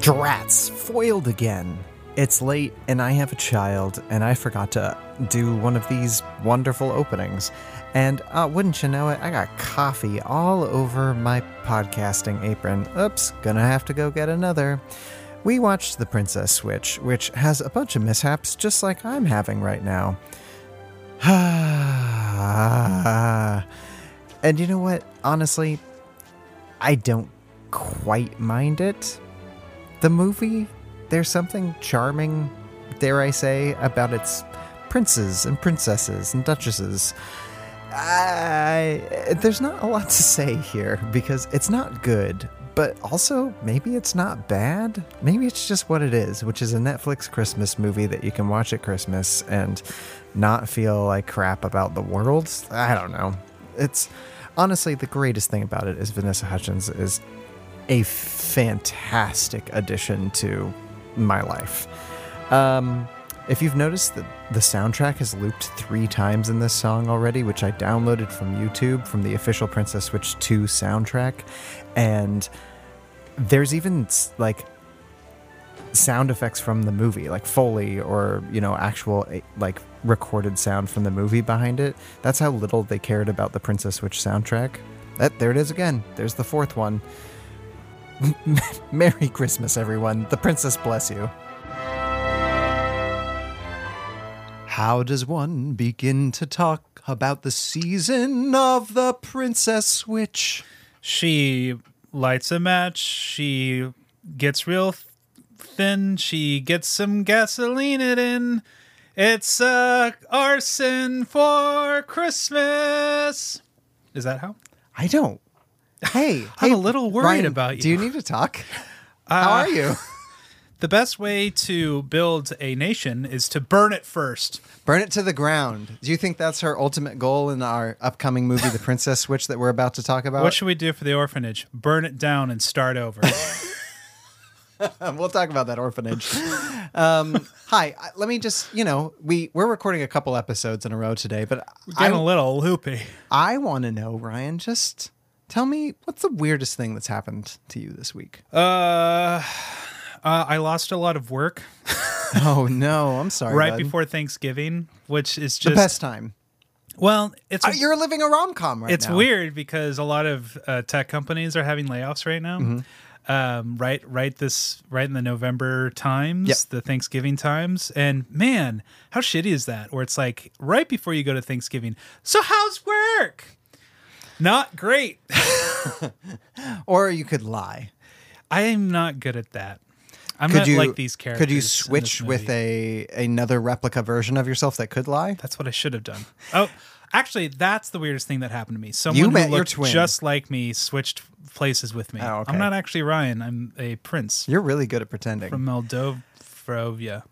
Drats, foiled again. It's late and I have a child and I forgot to do one of these wonderful openings. And uh, wouldn't you know it, I got coffee all over my podcasting apron. Oops, gonna have to go get another. We watched The Princess Switch, which has a bunch of mishaps just like I'm having right now. and you know what? Honestly, I don't quite mind it. The movie, there's something charming, dare I say, about its princes and princesses and duchesses. I, there's not a lot to say here because it's not good, but also maybe it's not bad. Maybe it's just what it is, which is a Netflix Christmas movie that you can watch at Christmas and not feel like crap about the world. I don't know. It's honestly the greatest thing about it is Vanessa Hutchins is a fantastic addition to my life. Um, if you've noticed that the soundtrack has looped three times in this song already, which I downloaded from YouTube from the official Princess Switch 2 soundtrack, and there's even s- like sound effects from the movie, like Foley or, you know, actual eh, like recorded sound from the movie behind it. That's how little they cared about the Princess Switch soundtrack. That, there it is again. There's the fourth one. Merry Christmas, everyone. The princess bless you. How does one begin to talk about the season of the Princess Switch? She lights a match. She gets real th- thin. She gets some gasoline it in. It's uh, arson for Christmas. Is that how? I don't. Hey, I'm hey, a little worried Ryan, about you. Do you Uh, need to talk? How are you? Uh, The best way to build a nation is to burn it first. Burn it to the ground. Do you think that's her ultimate goal in our upcoming movie, The Princess Switch, that we're about to talk about? What should we do for the orphanage? Burn it down and start over. we'll talk about that orphanage. Um, hi, I- let me just you know we we're recording a couple episodes in a row today, but Getting a I little loopy. I want to know Ryan, just tell me what's the weirdest thing that's happened to you this week? Uh, uh, I lost a lot of work oh no, I'm sorry. right bud. before Thanksgiving, which is the just best time. well, it's Uh, You're living a rom com right it's now. weird because a lot of uh, tech companies are having layoffs right now. Mm-hmm. Um, right, right. This right in the November times, Yep. the Thanksgiving times, and man, how shitty is that? Where it's like right before you go to Thanksgiving. So how's work? Not great. Or you could lie. I am not good at that. I'm Could not you like these characters. Could you in this switch with movie. a another replica version of yourself that could lie? That's what I should have done. Oh, actually, that's the weirdest thing that happened to me. Someone who met your looked twin. just like me switched places with me. Oh, okay. I'm not actually Ryan. I'm a prince. You're really good at pretending. from Moldova.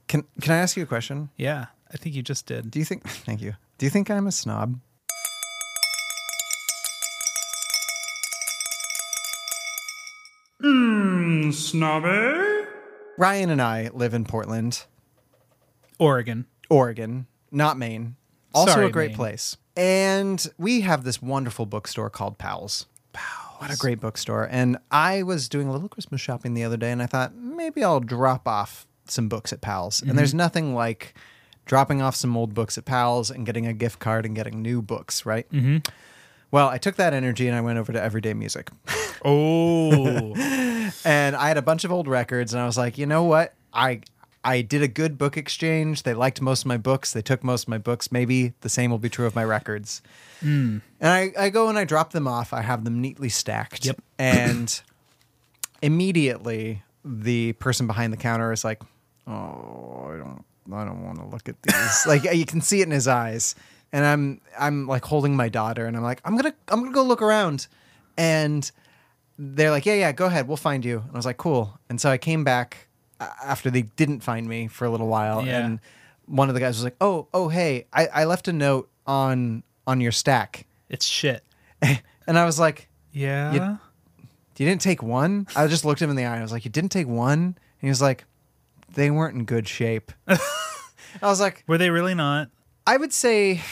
can Can I ask you a question? Yeah, I think you just did. Do you think? Thank you. Do you think I'm a snob? Snobby? Ryan and I live in Portland, Oregon. Oregon, not Maine. Also Sorry, a great Maine. place. And we have this wonderful bookstore called Powell's. Powell's. What a great bookstore. And I was doing a little Christmas shopping the other day and I thought maybe I'll drop off some books at Powell's. Mm-hmm. And there's nothing like dropping off some old books at Powell's and getting a gift card and getting new books, right? Mm-hmm. Well, I took that energy and I went over to Everyday Music. Oh, and I had a bunch of old records, and I was like, you know what? I I did a good book exchange. They liked most of my books. They took most of my books. Maybe the same will be true of my records. And I, I go and I drop them off. I have them neatly stacked. Yep. And immediately the person behind the counter is like, Oh, I don't I don't want to look at these. like you can see it in his eyes. And I'm I'm like holding my daughter and I'm like, I'm gonna I'm gonna go look around. And they're like, yeah, yeah, go ahead. We'll find you. And I was like, cool. And so I came back a- after they didn't find me for a little while. Yeah. And one of the guys was like, oh, oh, hey, I, I left a note on on your stack. it's shit. And I was like, Yeah. You- you didn't take one? I just looked him in the eye. And I was like, you didn't take one? And he was like, they weren't in good shape. I was like, Were they really not? I would say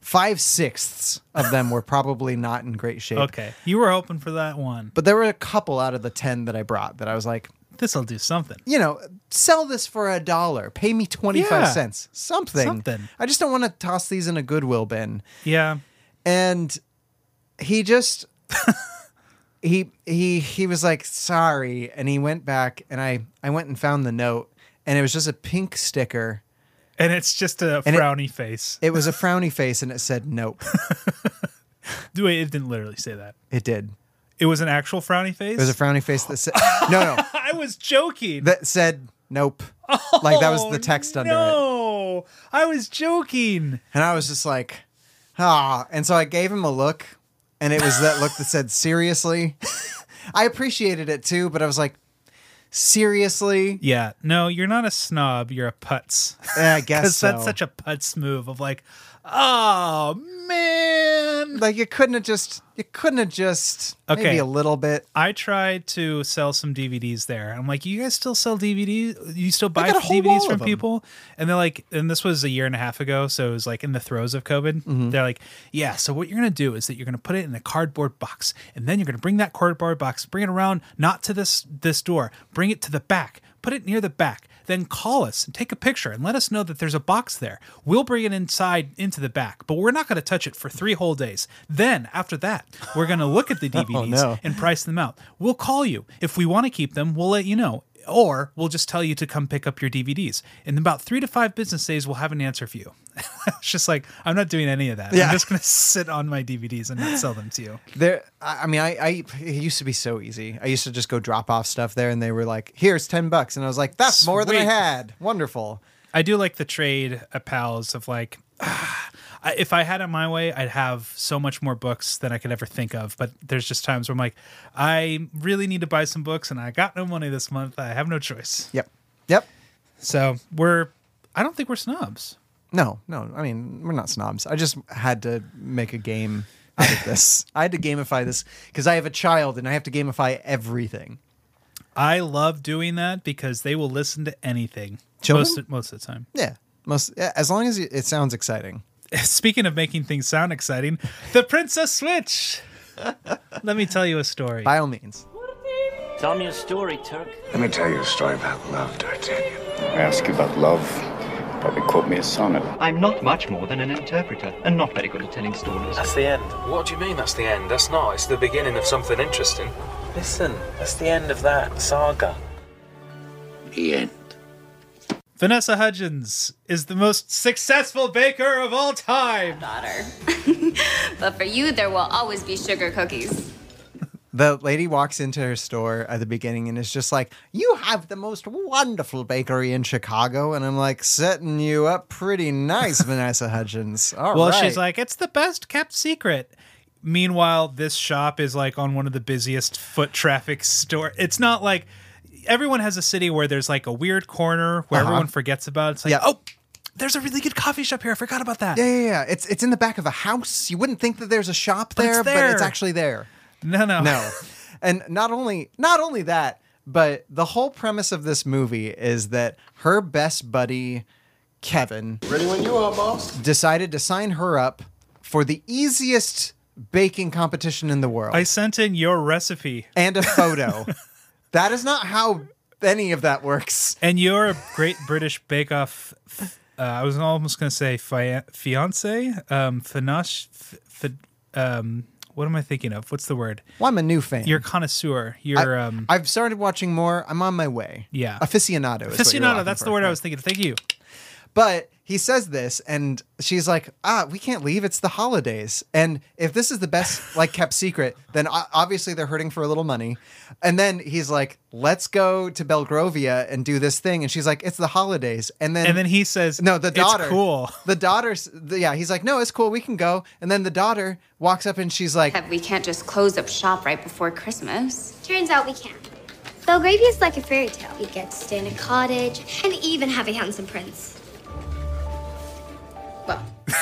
five sixths of them were probably not in great shape. Okay. You were hoping for that one. But there were a couple out of the 10 that I brought that I was like, this'll do something. you know, sell this for a dollar, pay me 25 Yeah. cents, something. Something. I just don't want to toss these in a Goodwill bin. Yeah. And he just he he he was like sorry and he went back and I I went and found the note and it was just a pink sticker. And it's just a And it- frowny face. It was a frowny face and it said nope. Wait, it didn't literally say that. It did. It was an actual frowny face. It was a frowny face that said no no I was joking. that said nope. like that was Oh, the text under it. no, I was joking. And I was just like, ah. And so I gave him a look, and it was that look that said, seriously. I appreciated it too, but I was like, seriously? Yeah, no, you're not a snob. You're a putz. Yeah, I guess Because so. that's such a putz move of like, oh man. like you couldn't have just you couldn't have just Okay. maybe a little bit. I tried to sell some DVDs there. I'm like, you guys still sell DVDs? You still buy got a whole DVDs wall from of 'em. people? And they're like, and this was a year and a half ago, so it was like in the throes of COVID. Mm-hmm. They're like, yeah. So what you're gonna do is that you're gonna put it in a cardboard box, and then you're gonna bring that cardboard box, bring it around, not to this this door, bring it to the back, put it near the back. Then call us and take a picture and let us know that there's a box there. We'll bring it inside into the back, but we're not going to touch it for three whole days. Then, after that, we're going to look at the DVDs Oh, no. and price them out. We'll call you. If we want to keep them, we'll let you know. Or we'll just tell you to come pick up your DVDs. In about three to five business days, we'll have an answer for you. it's just like, I'm not doing any of that. Yeah. I'm just going to sit on my DVDs and not sell them to you. There, I I mean, I, I it used to be so easy. I used to just go drop off stuff there, and they were like, "Here's ten bucks," and I was like, "That's more than I Sweet. had." Wonderful. I do like the trade uh, pals of like, I- if I had it my way, I'd have so much more books than I could ever think of. But there's just times where I'm like, I really need to buy some books and I got no money this month. I have no choice. Yep. Yep. So we're, I don't think we're snobs. No, no. I mean, we're not snobs. I just had to make a game out of this. I had to gamify this because I have a child and I have to gamify everything. I love doing that because they will listen to anything Children? most most of the time. Yeah. Most yeah, as long as it it sounds exciting. Speaking of making things sound exciting, the Princess Switch. Let me tell you a story. By all means. Tell me a story, Turk. Let me tell you a story about love, D'Artagnan. I ask you about love, probably quote me a sonnet. I'm not much more than an interpreter and not very good at telling stories. That's the end. What do you mean that's the end? That's not. It's the beginning of something interesting. Listen, that's the end of that saga. The end. Vanessa Hudgens is the most successful baker of all time. daughter. but for you, there will always be sugar cookies. The lady walks into her store at the beginning and is just like, You have the most wonderful bakery in Chicago. And I'm like, setting you up pretty nice, Vanessa Hudgens. All right. Well, she's like, it's the best kept secret. Meanwhile, this shop is like on one of the busiest foot traffic store. It's not like everyone has a city where there's like a weird corner where everyone forgets about. it. It's like, Uh-huh. Yeah. oh, there's a really good coffee shop here. I forgot about that. Yeah, yeah, yeah. It's it's in the back of a house. You wouldn't think that there's a shop it's there, but it's there. actually there. No, no, no and not only not only that but the whole premise of this movie is that her best buddy kevin ready when you are boss decided to sign her up for the easiest baking competition in the world I sent in your recipe. and a photo that is not how any of that works And you're a great British Bake Off. Uh, I was almost going to say fi- fiance, um, finash, f- fi- um, what am I thinking of? What's the word? well i'm a new fan You're a connoisseur. You're um, i've started watching more i'm on my way Yeah. aficionado is what you're aficionado. looking That's the for. word I was thinking. Thank you. But he says this, and she's like, "Ah, we can't leave. It's the holidays. And if this is the best like kept secret, then o- obviously they're hurting for a little money." And then he's like, "Let's go to Belgrovia and do this thing." And she's like, "It's the holidays." And then And then he says, no, the daughter. It's cool. The daughter. s- the- yeah, he's like, "No, it's cool. We can go." And then the daughter walks up and she's like, We can't just close up shop right before Christmas. Turns out we can. Belgravia is like a fairy tale. We get to stay in a cottage and even have a handsome prince. Well, And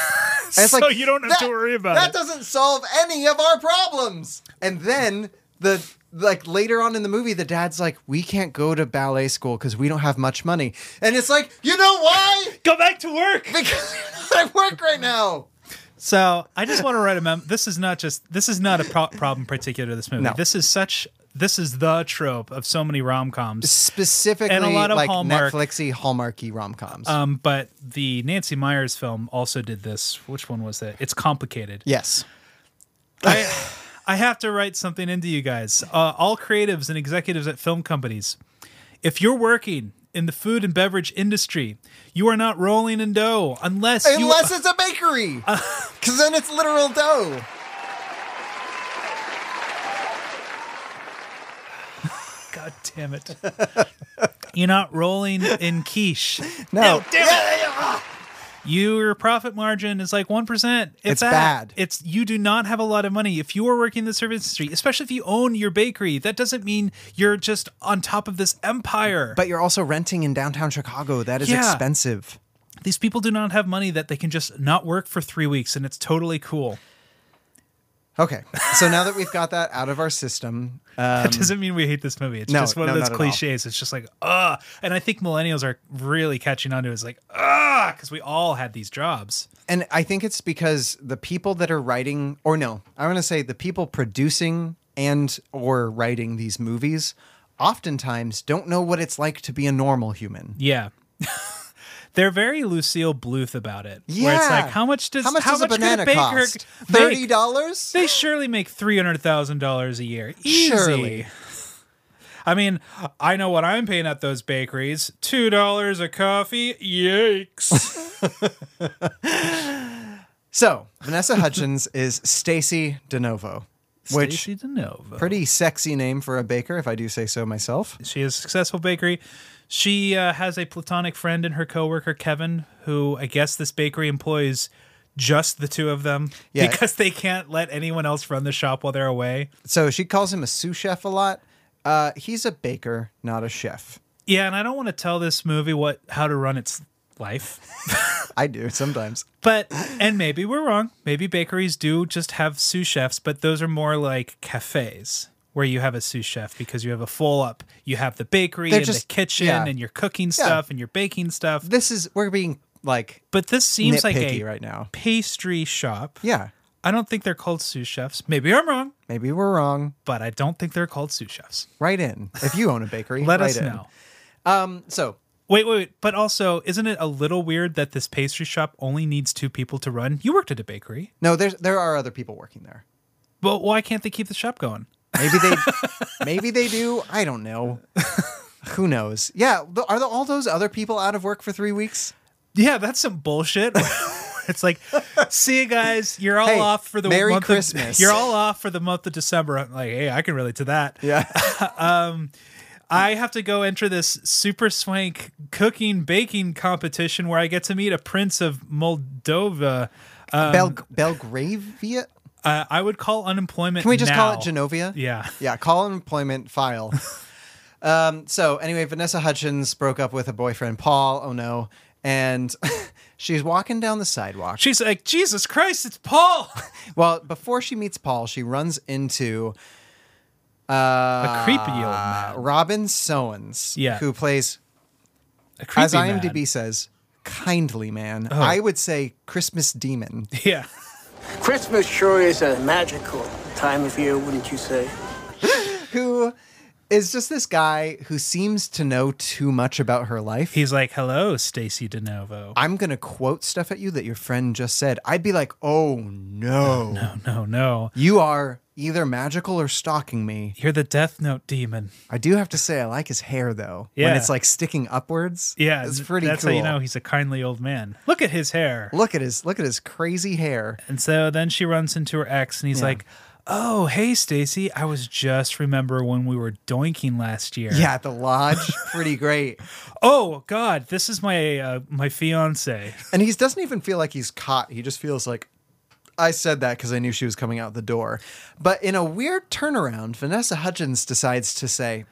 it's So like, you don't have to worry about that it. doesn't solve any of our problems. And then the like later on in the movie, the dad's like, "We can't go to ballet school because we don't have much money." And it's like, you know why? Go back to work. Because you're not at work right now. So I just want to write a mem. This is not just. This is not a pro- problem particular to this movie. No. This is such this is the trope of so many rom coms. Specifically, And a lot of like Hallmark- Netflixy, Hallmarky rom coms. Um, but the Nancy Myers film also did this. Which one was it? It's complicated. yes. I, I have to write something into you guys. Uh, all creatives and executives at film companies, if you're working in the food and beverage industry, you are not rolling in dough unless you Unless it's a bakery, because then it's literal dough. God damn it. You're not rolling in quiche. No, Your profit margin is like 1%. It's, It's bad. It's you do not have a lot of money. If you are working in the service industry, especially if you own your bakery, that doesn't mean you're just on top of this empire. but you're also renting in downtown Chicago. That is Yeah. expensive. these people do not have money that they can just not work for 3 weeks and it's totally cool. Okay, so now that we've got that out of our system, uh, That doesn't mean we hate this movie. It's Um, no, just one no, of those not at all. cliches. It's just like, ah. And I think millennials are really catching on to it. It's like, ah, because we all had these jobs. and I think it's because the people that are writing, or no, I want to say the people producing and or writing these movies, oftentimes don't know what it's like to be a normal human. Yeah. They're very Lucille Bluth about it. Where it's like, how much does how much does a could banana baker cost? make? Thirty dollars. They surely make three hundred thousand dollars a year. Easy. Surely. I mean, I know what I'm paying at those bakeries. Two dollars a coffee. Yikes. So Vanessa Hutchins is Stacy DeNovo, which Stacy DeNova. pretty sexy name for a baker, if I do say so myself. She has a successful bakery. She uh, has a platonic friend in her coworker Kevin, who I guess this bakery employs just the two of them Yeah. because they can't let anyone else run the shop while they're away. So she calls him a sous chef a lot. Uh, he's a baker, not a chef. Yeah, and I don't want to tell this movie what how to run its life, I do sometimes. but and maybe we're wrong. Maybe bakeries do just have sous chefs, but those are more like cafes where you have a sous chef because you have a full up. You have the bakery They're and just- the kitchen, yeah. and you're cooking stuff and you're baking stuff. This is we're being like But this seems like Nitpicky a right now. pastry shop. yeah, I don't think they're called sous chefs. Maybe I'm wrong, maybe we're wrong. but I don't think they're called sous chefs. Write in if you own a bakery. Let write us in. know. So Wait, wait, wait. But also, isn't it a little weird that this pastry shop only needs two people to run? You worked at a bakery. no, there's there are other people working there. But why can't they keep the shop going? Maybe they, maybe they do. I don't know. Who knows? Yeah, th- are the, all those other people out of work for three weeks? Yeah, that's some bullshit. it's like, see you guys. You're all Hey, off for the Merry month Christmas. Of, you're all off for the month of December. I'm like, hey, I can relate to that. Yeah. I have to go enter this super swank cooking baking competition where I get to meet a prince of Moldova. Um, Bel- Belgravia? Uh, I would call unemployment. Can we just call now. it Genovia? Yeah. Yeah, call employment file. um, so anyway, Vanessa Hutchins broke up with her boyfriend Paul. Oh no. And she's walking down the sidewalk. She's like, Jesus Christ, it's Paul, well, before she meets Paul, she runs into a creepy old uh, man, Robin Sowens, Yeah. who plays, a creepy as IMDb man. Oh. says, kindly man. I would say Christmas demon. Yeah, Christmas sure is a magical time of year, wouldn't you say? who is just this guy who seems to know too much about her life. he's like, hello, Stacy DeNovo. I'm gonna quote stuff at you that your friend just said. I'd be like, oh no, "Oh, no, no, you are either magical or stalking me. you're the Death Note demon. I do have to say, I like his hair though. Yeah. when it's like sticking upwards. Yeah, it's pretty That's cool. how you know he's a kindly old man. Look at his hair. Look at his look at his crazy hair. And so then she runs into her ex, and he's like, "Oh, hey, Stacy, I was just remember when we were doinking last year. Yeah, at the lodge, pretty great. Oh God, this is my uh, my fiance. And he doesn't even feel like he's caught. He just feels like I said that because I knew she was coming out the door. But in a weird turnaround, Vanessa Hudgens decides to say,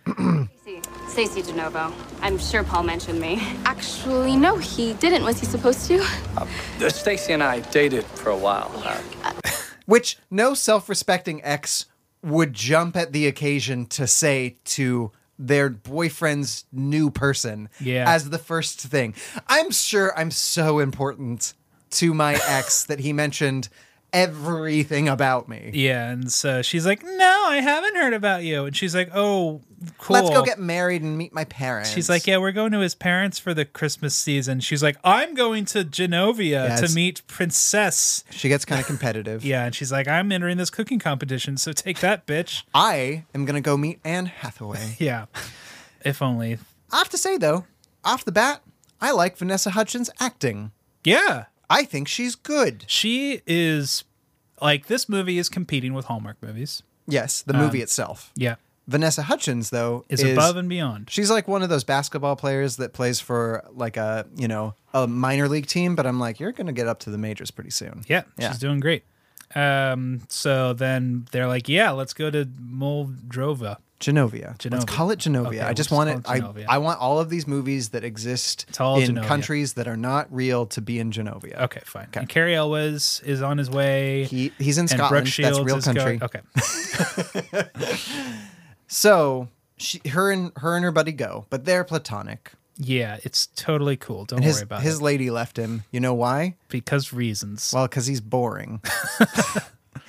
Stacy DeNovo. I'm sure Paul mentioned me. Actually, no, he didn't. Was he supposed to? Uh, Stacy and I dated for a while. Uh, which no self-respecting ex would jump at the occasion to say to their boyfriend's new person Yeah. as the first thing. I'm sure I'm so important to my ex that he mentioned everything about me. Yeah, and so she's like, "No, I haven't heard about you." And she's like, "Oh, cool. Let's go get married and meet my parents. She's like, "Yeah, we're going to his parents for the Christmas season." She's like, "I'm going to Genovia Yeah, to it's- meet Princess." She gets kind of competitive. Yeah, and she's like, "I'm entering this cooking competition, so take that, bitch." I am gonna go meet Anne Hathaway. yeah, if only. I have to say though, off the bat, I like Vanessa Hudgens acting. Yeah, I think she's good. she is like this movie is competing with Hallmark movies. Yes, the movie itself. Yeah, Vanessa Hudgens though Um, is, above and beyond. She's like one of those basketball players that plays for like a you know a minor league team, but I'm like, you're gonna get up to the majors pretty soon. Yeah, Yeah. she's doing great. Um, so then they're like, "Yeah, let's go to Moldova." Genovia. Let's Genovia. call it Genovia. Okay, I we'll just just want call it. it I, Genovia. I want all of these movies that exist all in Genovia. countries that are not real to be in Genovia. Okay, fine. And Carrie Elwes is on his way. He, he's in and Scotland. Brooke Shields That's real is country. going- okay. So she, her and her and her buddy go, but they're platonic. Yeah, it's totally cool. Don't And worry his about his it. lady left him. You know why? Because reasons. Well, because he's boring.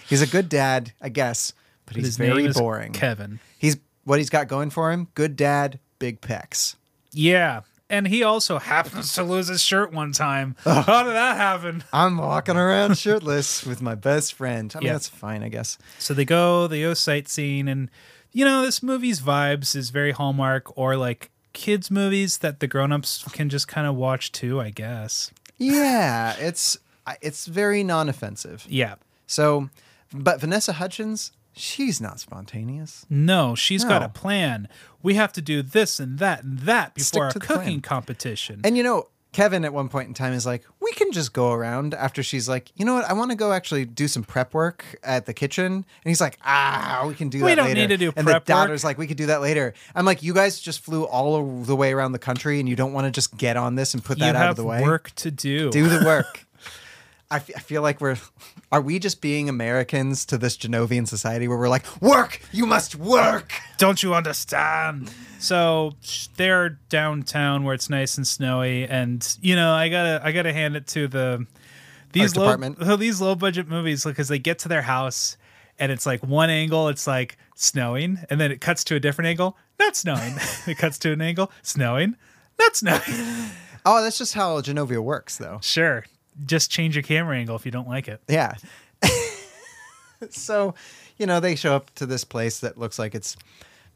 he's a good dad, I guess, but he's His very name is boring. Kevin. He's what he's got going for him. Good dad, big pecs. Yeah. And he also happens to lose his shirt one time. How did that happen? I'm walking around shirtless with my best friend. I mean, Yeah. that's fine, I guess. So they go, they go sightseeing, and you know, this movie's vibes is very Hallmark or like kids' movies that the grown ups can just kind of watch too, I guess. Yeah, it's I- it's very non-offensive. Yeah. So, but Vanessa Hutchins, she's not spontaneous. No, she's got No. a plan. We have to do this and that and that Stick before our to the cooking plan. competition. And you know, Kevin at one point in time is like, "We can just go around." After she's like, "You know what? I want to go actually do some prep work at the kitchen," and he's like, "Ah, we can do We that don't later." need to do and prep work. the daughter's like, "We could do that later." I'm like, "You guys just flew all o- the way around the country, and you don't want to just get on this and put you that out have of the way. work to do. Do the work." I fe- I feel like we're are we just being Americans to this Genovian society where we're like, "Work, you must work." Don't you understand? So sh- they're downtown where it's nice and snowy, and you know I gotta I gotta hand it to the these Art low department. these low budget movies because they get to their house and it's like one angle it's like snowing, and then it cuts to a different angle, not snowing. it cuts to an angle, snowing, not snowing. Oh, that's just how Genovia works, though. sure, just change your camera angle if you don't like it. Yeah. so, you know, they show up to this place that looks like it's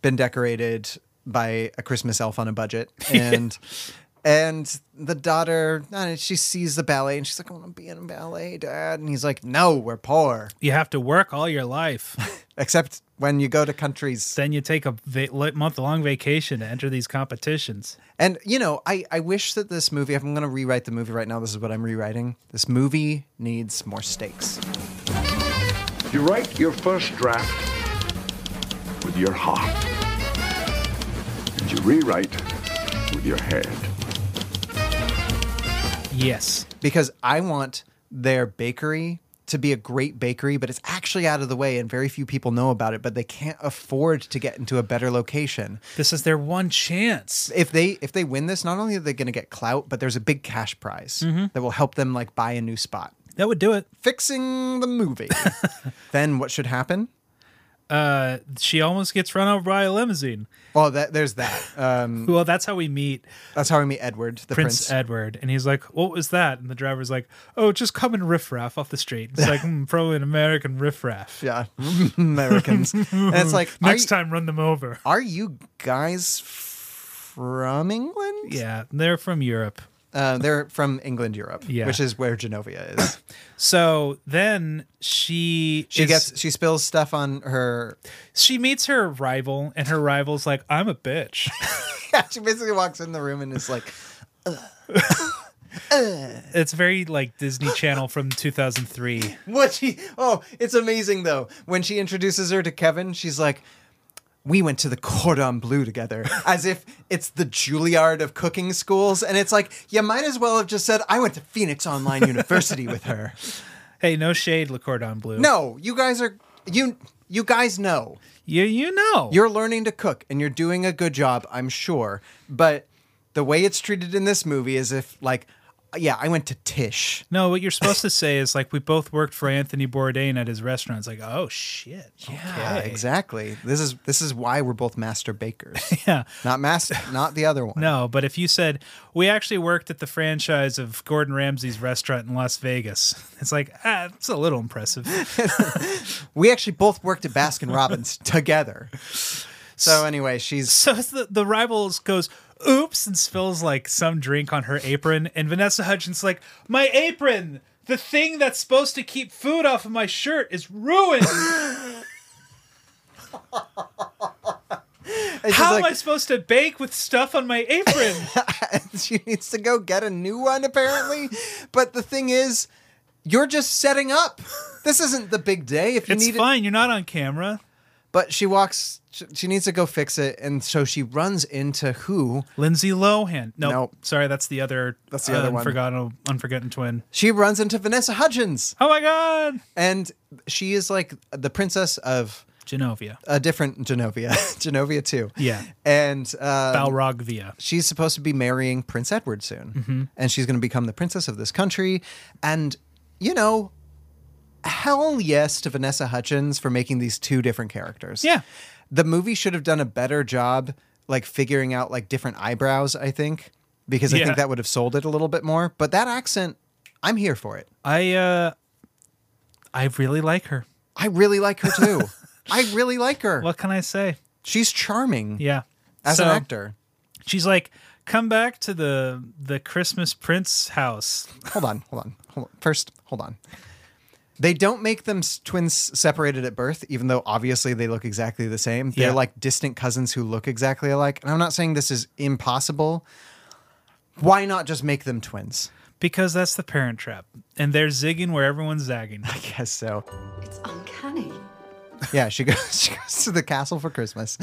been decorated by a Christmas elf on a budget, and and the daughter uh, she sees the ballet and she's like, "I want to be in a ballet, Dad," and he's like, "No, we're poor, You have to work all your life. except when you go to countries." then you take a va- month long vacation to enter these competitions. And you know, I I wish that this movie. If I'm going to rewrite the movie right now, this is what I'm rewriting. This movie needs more stakes. You write your first draft with your heart, and you rewrite with your head. Yes. because I want their bakery to be a great bakery, but it's actually out of the way and very few people know about it, but they can't afford to get into a better location. This is their one chance. If they if they win this, not only are they going to get clout, but there's a big cash prize Mm-hmm. that will help them like buy a new spot. That would do it. Fixing the movie. then what should happen? Uh, she almost gets run over by a limousine. Well, Oh, that there's that. Um, Well, that's how we meet that's how we meet Edward, the Prince, prince. Edward, and he's like, "What was that?" And the driver's like, "Oh, just common riffraff off the street." It's like hmm, probably an American riffraff. yeah, Americans. and it's like are Next you- time, run them over. Are you guys from England? Yeah, they're from Europe. Uh, they're from England, Europe, Yeah. which is where Genovia is. So then she She is- gets she spills stuff on her. she meets her rival, and her rival's like, "I'm a bitch." Yeah, she basically walks in the room and is like, it's very like Disney Channel from 2003. "What she? Oh, it's amazing though." When she introduces her to Kevin, she's like, "We went to the Cordon Bleu together," as if it's the Juilliard of cooking schools. And it's like, you might as well have just said, "I went to Phoenix Online University with her." Hey, no shade, Le Cordon Bleu. No, you guys are you. You guys know you you know You're learning to cook and you're doing a good job, I'm sure. But the way it's treated in this movie is if, like, yeah, I went to Tish. No, what you're supposed to say is like we both worked for Anthony Bourdain at his restaurant. It's like, oh shit. Yeah, okay. exactly. This is this is why we're both master bakers. yeah. Not master not the other one. No, but if you said we actually worked at the franchise of Gordon Ramsay's restaurant in Las Vegas, it's like ah, it's a little impressive. we actually both worked at Baskin Robbins together. So anyway, she's so the the rivals goes oops and spills like some drink on her apron, and Vanessa Hudgens like my apron, the thing that's supposed to keep food off of my shirt is ruined. It's just How like- am I supposed to bake with stuff on my apron? she needs to go get a new one apparently. But the thing is, you're just setting up. This isn't the big day. If you It's need it- fine. You're not on camera. But she walks. She, she needs to go fix it, and so she runs into who? Lindsay Lohan. No, Nope. sorry, that's the other. That's the other one. Unforgotten, unforgotten twin. She runs into Vanessa Hudgens, Oh my god, and she is like the princess of Genovia. a different Genovia, Genovia too. Yeah. and um, Balrogvia. she's supposed to be marrying Prince Edward soon, Mm-hmm. and she's going to become the princess of this country. And you know, hell yes to Vanessa Hutchins for making these two different characters. Yeah. the movie should have done a better job, like figuring out like different eyebrows. I think because I Yeah. think that would have sold it a little bit more. But that accent, I'm here for it. I uh, I really like her. I really like her too. I really like her. What can I say? She's charming Yeah, as So, an actor. she's like, come back to the the Christmas Prince house. hold on, hold on, hold on. First, hold on. They don't make them s- twins separated at birth, even though obviously they look exactly the same. They're Yeah. like distant cousins who look exactly alike. And I'm not saying this is impossible. Why not just make them twins? Because that's the parent trap. And they're zigging where everyone's zagging. I guess so. It's uncanny. Yeah, she goes, she goes to the castle for Christmas.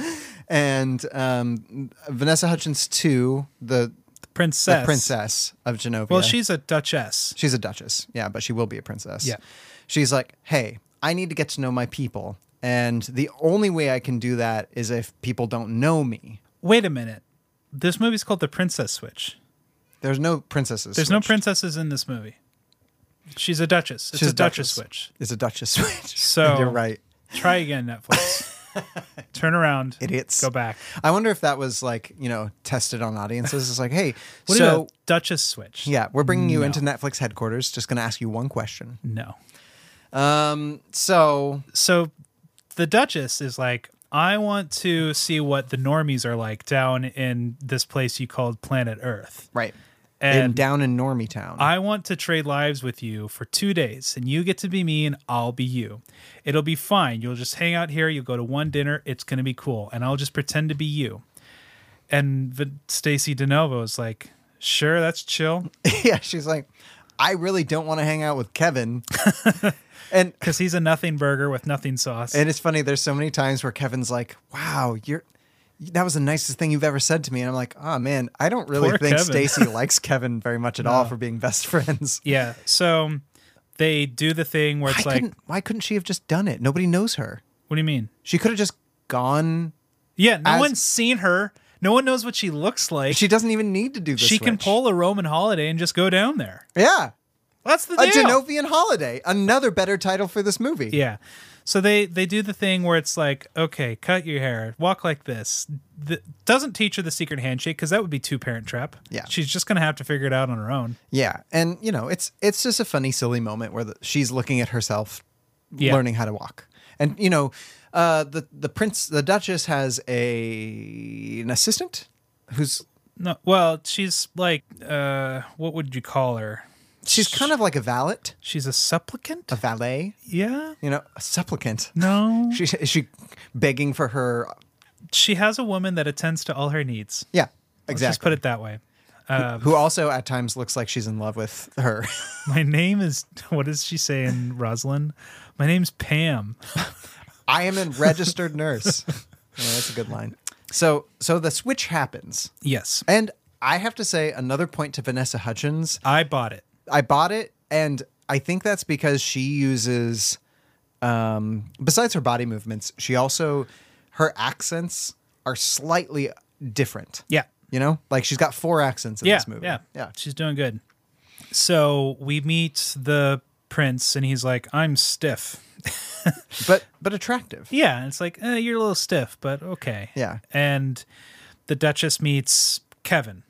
And um, Vanessa Hutchins, too, the, Princess. the princess of Genovia. Well, she's a duchess. She's a duchess. Yeah, but she will be a princess. Yeah. She's like, hey, I need to get to know my people. And the only way I can do that is if people don't know me. Wait a minute. This movie's called The Princess Switch. There's no princesses. There's no princesses in this movie. She's a duchess. It's She's a duchess switch. It's a duchess switch. So- you're right. Try again, Netflix. Turn around. Idiots. Go back. I wonder if that was like, you know, tested on audiences. It's like, hey, What so, so is a duchess switch? yeah, we're bringing you into Netflix headquarters. Just going to ask you one question. No. Um, so So the duchess is like, I want to see what the normies are like down in this place you called planet Earth. right, and, And down in Normie Town. I want to trade lives with you for two days, and you get to be me, and I'll be you. It'll be fine. You'll just hang out here. You'll go to one dinner. It's gonna be cool, and I'll just pretend to be you. And the Stacy DeNovo is like, sure, that's chill, yeah, she's like, I really don't want to hang out with Kevin. and because he's a nothing burger with nothing sauce. and it's funny. There's so many times where Kevin's like, "Wow, you're." That was the nicest thing you've ever said to me. And I'm like, oh man, I don't really Poor think Kevin." Stacy likes Kevin very much at all for being best friends. yeah, so they do the thing where Why it's like, couldn't, why couldn't she have just done it? Nobody knows her. what do you mean? She could have just gone. Yeah, no As- one's seen her. No one knows what she looks like. She doesn't even need to do this. She can pull a Roman holiday and just go down there. Yeah. That's the A deal. Genovian holiday. Another better title for this movie. Yeah. So they they do the thing where it's like, okay, cut your hair, walk like this. The, doesn't teach her the secret handshake because that would be two parent trap. Yeah. she's just gonna have to figure it out on her own. Yeah, and you know, it's it's just a funny, silly moment where the, she's looking at herself, Yeah. learning how to walk, and you know, uh, the the prince, the duchess has a an assistant who's No, well, she's like, uh, what would you call her? she's kind of like a valet, She's a supplicant. a valet, yeah. you know, a supplicant. No, She is she begging for her? she has a woman that attends to all her needs. Yeah, Let's exactly. just put it that way. Who also at times looks like she's in love with her. My name is what does she say in Rosalind? My name's Pam. I am a registered nurse. Oh, that's a good line. So so the switch happens, Yes, and I have to say another point to Vanessa Hutchins. I bought it. I bought it, and I think that's because she uses, um, besides her body movements, she also her accents are slightly different. Yeah. you know, like she's got four accents in yeah, this movie. Yeah, yeah. She's doing good. So we meet the prince, and he's like, "I'm stiff." but but attractive. Yeah, and it's like eh, you're a little stiff, but okay. Yeah. And the Duchess meets Kevin,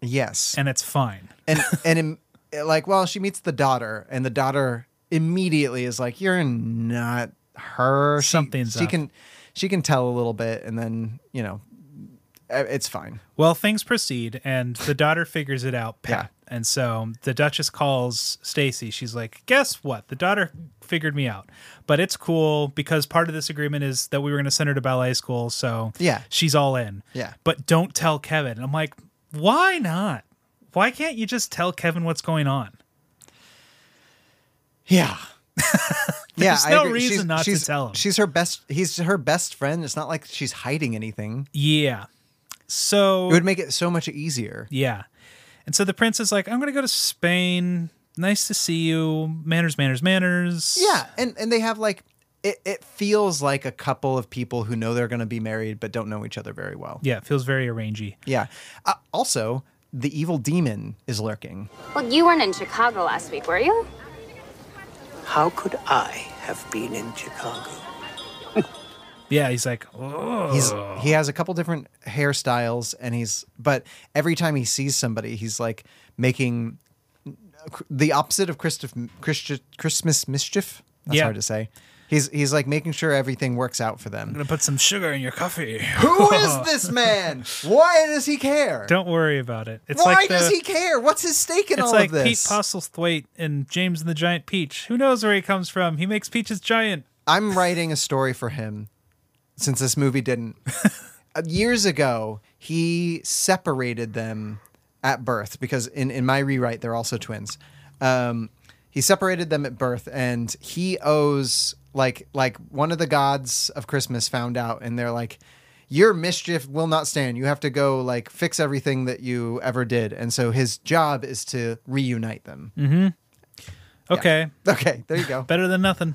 Yes. and it's fine. and and im- like well she meets the daughter and the daughter immediately is like you're not her She- Something's she, up. can she can tell a little bit and then you know eh, it's fine Well, things proceed, and the daughter figures it out, Pat. And so the Duchess calls Stacy. She's like, "Guess what? The daughter figured me out, but it's cool because part of this agreement is that we were going to send her to ballet school. So Yeah. she's all in. Yeah. but don't tell Kevin." And I'm like, "Why not? Why can't you just tell Kevin what's going on?" yeah yeah There's I no agree. reason she's, not to she's- tell him. she's her best he's her best friend it's not like she's hiding anything Yeah. So it would make it so much easier Yeah. And so the prince is like, I'm going to go to Spain. Nice to see you. Manners, manners, manners. yeah and and they have like it, it feels like a couple of people who know they're going to be married but don't know each other very well Yeah, it feels very arrangey. Yeah. Uh, also, the evil demon is lurking. Well, you weren't in Chicago last week, were you? How could I have been in Chicago? Yeah, he's like, oh. He's he has a couple different hairstyles, and he's but every time he sees somebody, he's like making the opposite of Christoph, Christi- Christmas mischief. That's Yeah. hard to say. He's he's like making sure everything works out for them. going to put some sugar in your coffee. Who is this man? Why does he care? Don't worry about it. It's Why like the, does he care? What's his stake in It's all like of this? Pete Postlethwaite and James and the Giant Peach. Who knows where he comes from? He makes peaches giant. I'm writing a story for him since this movie didn't. Uh, Years ago, he separated them at birth because in, in my rewrite, they're also twins. Um, he separated them at birth and he owes like like one of the gods of Christmas found out and they're like, your mischief will not stand. You have to go like fix everything that you ever did. And so his job is to reunite them. Okay, Okay, there you go. better than nothing.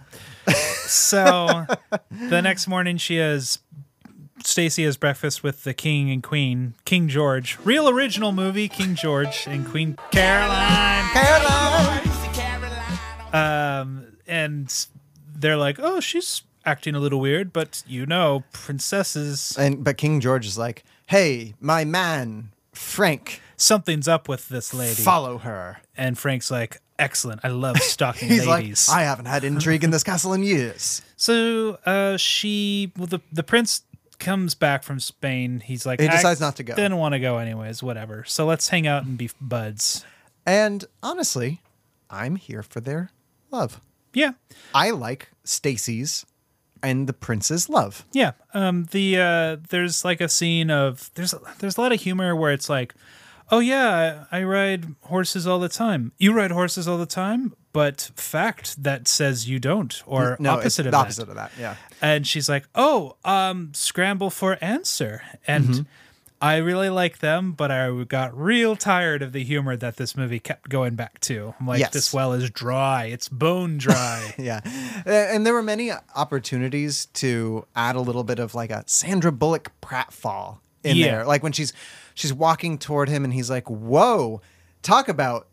so the next morning, she has Stacy has breakfast with the king and queen, King George. Real original movie, King George and Queen Caroline. Caroline! Um, and they're like, "Oh, she's acting a little weird," but you know, princesses, And but King George is like, "Hey, my man, Frank, something's up with this lady. follow her." And Frank's like, "Excellent, I love stalking He's ladies." like, "I haven't had intrigue in this castle in years." so uh, she, well, the the prince comes back from Spain. He's like, He "I decides not to go." Didn't want to go anyways. Whatever. So let's hang out and be buds. And honestly, I'm here for their love. Yeah, I like Stacy's and the prince's love. Yeah. Um the uh there's like a scene of there's there's a lot of humor where it's like, "Oh yeah, I, I ride horses all the time. You ride horses all the time, but fact that says you don't or No, it's opposite of the that." opposite of that. Yeah. And she's like, "Oh, um scramble for answer." And Mm-hmm. I really like them, but I got real tired of the humor that this movie kept going back to. I'm like, Yes. this well is dry. It's bone dry. Yeah. A- And there were many opportunities to add a little bit of like a Sandra Bullock pratfall in Yeah. there. Like when she's she's walking toward him and he's like, "Whoa, talk about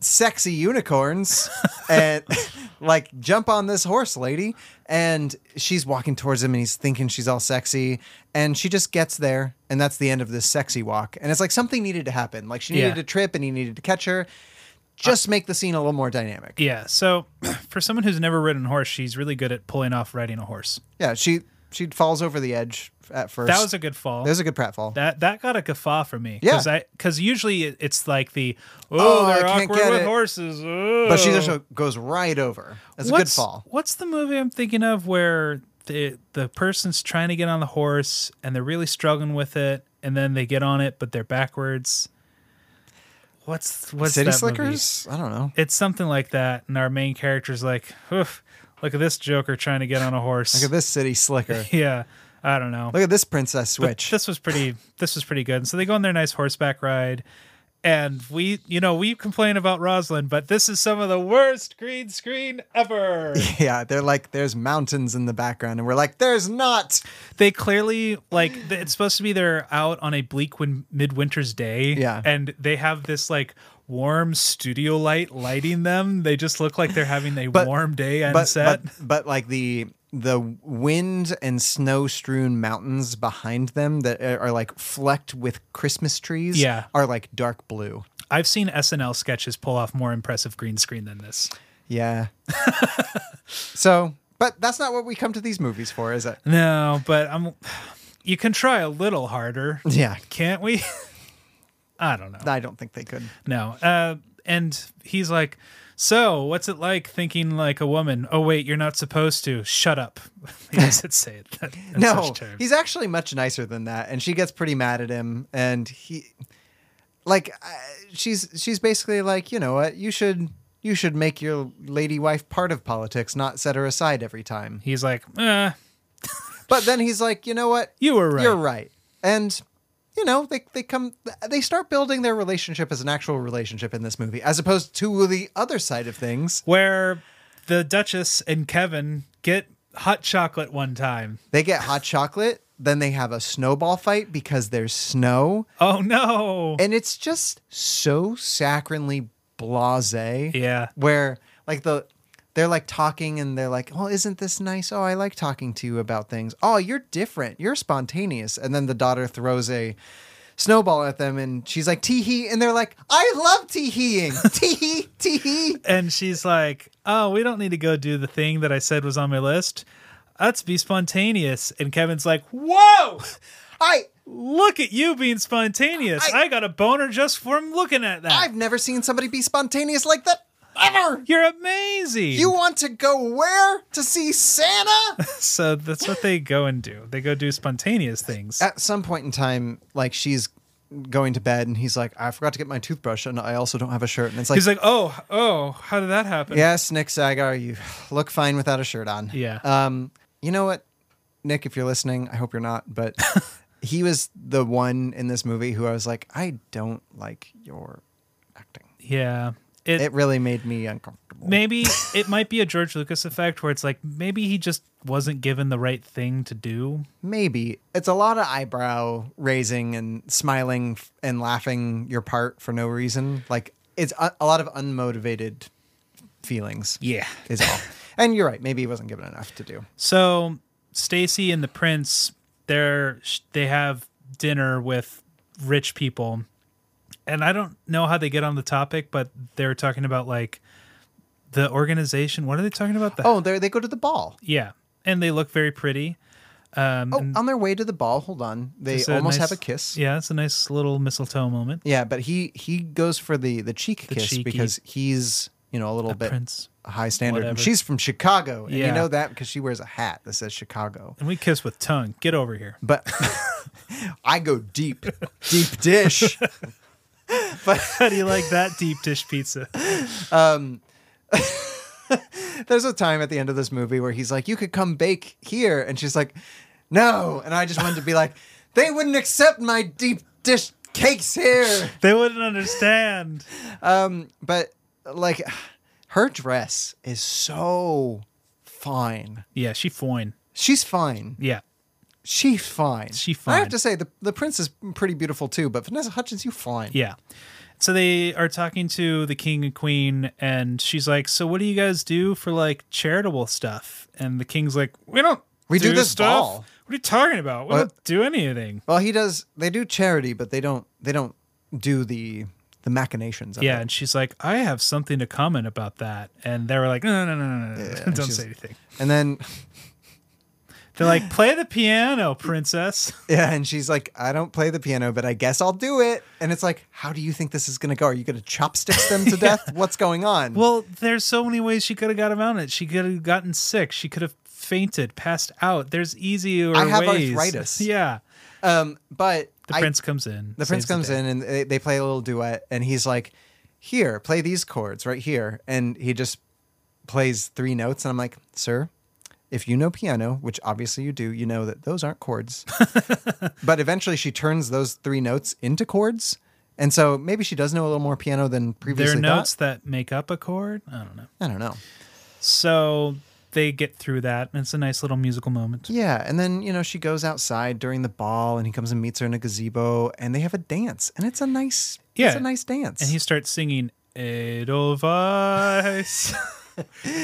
sexy unicorns." and like, "Jump on this horse, lady." And she's walking towards him and he's thinking she's all sexy and she just gets there and that's the end of this sexy walk. And it's like something needed to happen. Like she needed Yeah. Uh, to trip and he needed to catch her. Just make the scene a little more dynamic. Yeah. So, for someone who's never ridden a horse, she's really good at pulling off riding a horse. Yeah, she she falls over the edge at first. That was a good fall. that was a good pratfall. that that got a guffaw from me. Yeah. Because because usually it- it's like the oh, Oh, I they're can't awkward get with it." horses. but she oh. just goes right over. That's a good What's- fall. What's the movie I'm thinking of where the the person's trying to get on the horse and they're really struggling with it, and then they get on it but they're backwards. What's what's City that movie? Slickers? I don't know. It's something like that, and our main character's like, "Oof, look at this Joker trying to get on a horse. Look at this city slicker. Yeah, I don't know. Look at this princess But switch. This was pretty. This was pretty good. And so they go on their nice horseback ride, and we, you know, we complain about Rosalind, but this is some of the worst green screen ever. yeah, they're like there's mountains in the background, and we're like there's not. they clearly like th- it's supposed to be they're out on a bleak win- midwinter's day, Yeah. and they have this like warm studio light lighting them. They just look like they're having a warm day on but, set. But, but like the the wind and snow strewn mountains behind them that are, are like flecked with Christmas trees Yeah. are like dark blue. I've seen SNL sketches pull off more impressive green screen than this. Yeah. so, but that's not what we come to these movies for, is it? No, but I'm. You can try a little harder. Yeah. can't we? I don't know. I don't think they could. No. Uh, and he's like, so what's it like thinking like a woman? Oh wait, you're not supposed to. Shut up. he doesn't say it. that- in no, such terms. he's actually much nicer than that, and she gets pretty mad at him, and he, like, uh, she's she's basically like, you know what, you should you should make your lady wife part of politics, not set her aside every time. He's like, eh, But then he's like, you know what, you were right. you're right, and you know they they come they start building their relationship as an actual relationship in this movie, as opposed to the other side of things. Where the Duchess and Kevin get hot chocolate one time. They get hot chocolate, then they have a snowball fight because there's snow. Oh no. and it's just so saccharinely blasé. Yeah. Where like the they're like talking and they're like, "Oh, isn't this nice? Oh, I like talking to you about things. Oh, you're different. You're spontaneous." And then the daughter throws a snowball at them and she's like, "Tee hee," and they're like, "I love tee heeing. Tee hee, tee hee." And she's like, oh, we don't need to go do the thing that I said was on my list. Let's be spontaneous. And Kevin's like, whoa. I Look at you being spontaneous. I, got a boner just from looking at that. I've never seen somebody be spontaneous like that ever. You're amazing. You want to go where to see Santa? so that's what they go and do. They go do spontaneous things. at some point in time, like she's going to bed and he's like, I forgot to get my toothbrush and I also don't have a shirt. And it's like, He's like, oh, oh, how did that happen? Yes, Nick Sagar, you look fine without a shirt on. Yeah. Um, you know what, Nick, if you're listening, I hope you're not, but he was the one in this movie who I was like, I don't like your acting. Yeah. It, It really made me uncomfortable. maybe it might be a George Lucas effect where it's like maybe he just wasn't given the right thing to do. Maybe it's a lot of eyebrow raising and smiling f- and laughing your part for no reason. Like it's a, a lot of unmotivated feelings. Yeah. is all. and you're right. Maybe he wasn't given enough to do. So Stacy and the prince, they're they have dinner with rich people, and I don't know how they get on the topic, but they're talking about like the organization. What are they talking about? The Oh, there they go to the ball. yeah, and they look very pretty. Oh, on their way to the ball. Hold on. They It's almost nice- have a kiss. Yeah, it's a nice little mistletoe moment. Yeah, but he he goes for the the cheek The kiss cheeky- because he's you know a little bit prince, high standard. And whatever. she's from Chicago, and you Yeah. know that because she wears a hat that says Chicago. And we kiss with tongue. Get over here. But I go deep, deep dish. How do you like that deep dish pizza? There's a time at the end of this movie where he's like, "You could come bake here," and she's like, "No," and I just wanted to be like, "They wouldn't accept my deep dish cakes here." They wouldn't understand. but like her dress is so fine. Yeah, she foine. She's fine. Yeah. She's fine. She I have fine. to say the the prince is pretty beautiful too, but Vanessa Hutchins, you fine. Yeah. So they are talking to the king and queen, and she's like, "So what do you guys do for like charitable stuff?" And the king's like, "We don't. We do this stuff. ball." What are you talking about? We What? don't do anything." Well, he does. They do charity, but they don't. They don't do the the machinations. Of Yeah, It. and she's like, "I have something to comment about that," and they were like, "No, no, no, no, no, no, Yeah, don't she's- say anything." And then They're like, "Play the piano, princess." yeah, and she's like, "I don't play the piano, but I guess I'll do it." And it's like, "How do you think this is going to go? Are you going to chopsticks them to death? What's going on?" Well, there's so many ways she could have got around it. She could have gotten sick. She could have fainted, passed out. There's easier I have ways. arthritis. Yeah. um, but The I- prince comes in. the prince saves comes day. in and they, they play a little duet and he's like here play these chords right here and he just plays three notes and i'm like sir if you know piano which obviously you do you know that those aren't chords but eventually she turns those three notes into chords and so maybe she does know a little more piano than There previously are thought. notes that make up a chord. I don't know. i don't know So they get through that, and it's a nice little musical moment. Yeah, and then you know she goes outside during the ball, and he comes and meets her in a gazebo, and they have a dance, and it's a nice, yeah, it's a nice dance. And he starts singing Edelweiss.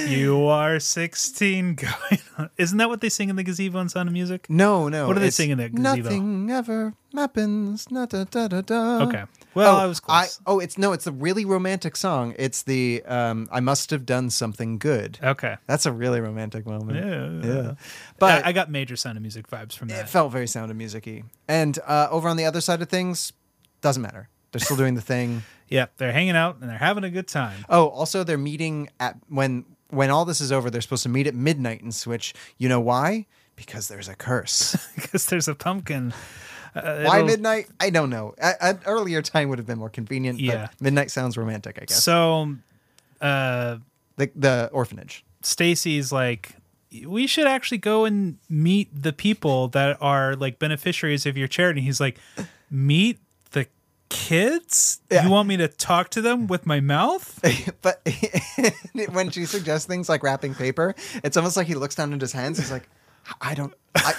you are 16 going on. Isn't that what they sing in the gazebo in Sound of Music? No, no. What do they it's sing in that gazebo? Nothing ever happens. Na, da, da, da, da. Okay. Well, oh, I was close. oh, it's no, it's a really romantic song. It's the um, I must have done something good. Okay. That's a really romantic moment. Uh, Yeah. Yeah. But I, I got major Sound of Music vibes from It that. felt very sound of music y. And uh, over on the other side of things, doesn't matter. They're still doing the thing. yeah, they're hanging out and they're having a good time. Oh, also they're meeting at when when all this is over, they're supposed to meet at midnight and switch. You know why? Because there's a curse. because there's a pumpkin. Uh, why it'll- midnight? I don't know. A- An earlier time would have been more convenient. Yeah. But midnight sounds romantic, I guess. So, uh, the the orphanage. Stacy's like, we should actually go and meet the people that are like beneficiaries of your charity. He's like, meet the kids? You want me to talk to them with my mouth? But when she suggests things like wrapping paper, it's almost like he looks down at his hands. He's like, I don't. I,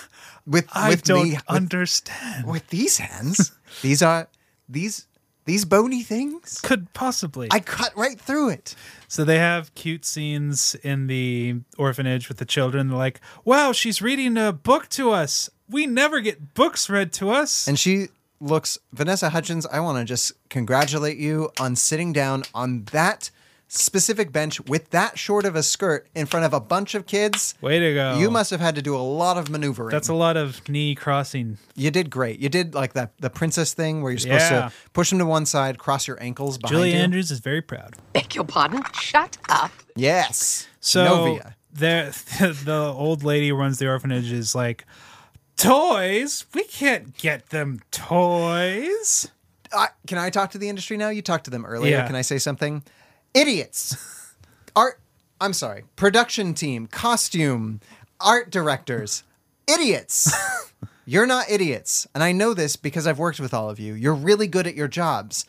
with I with don't me, with understand. with these hands these are these these bony things Could possibly. i cut right through it so they have cute scenes in the orphanage with the children. They're like, wow, she's reading a book to us. We never get books read to us. and she looks vanessa hudgens i want to just congratulate you on sitting down on that specific bench with that short of a skirt in front of a bunch of kids Way to go. you must have had to do a lot of maneuvering That's a lot of knee crossing. you did great you did like that the princess thing where you're supposed Yeah. to push them to one side cross your ankles behind Julie you Andrews is very proud. Beg your pardon? Shut up. yes So novia there, the old lady who runs the orphanage is like, toys. We can't get them toys. I, can I talk to the industry now? You talked to them earlier. Yeah. Can I say something? Idiots. art. I'm sorry. Production team, costume, art directors, idiots. You're not idiots, and I know this because I've worked with all of you. You're really good at your jobs.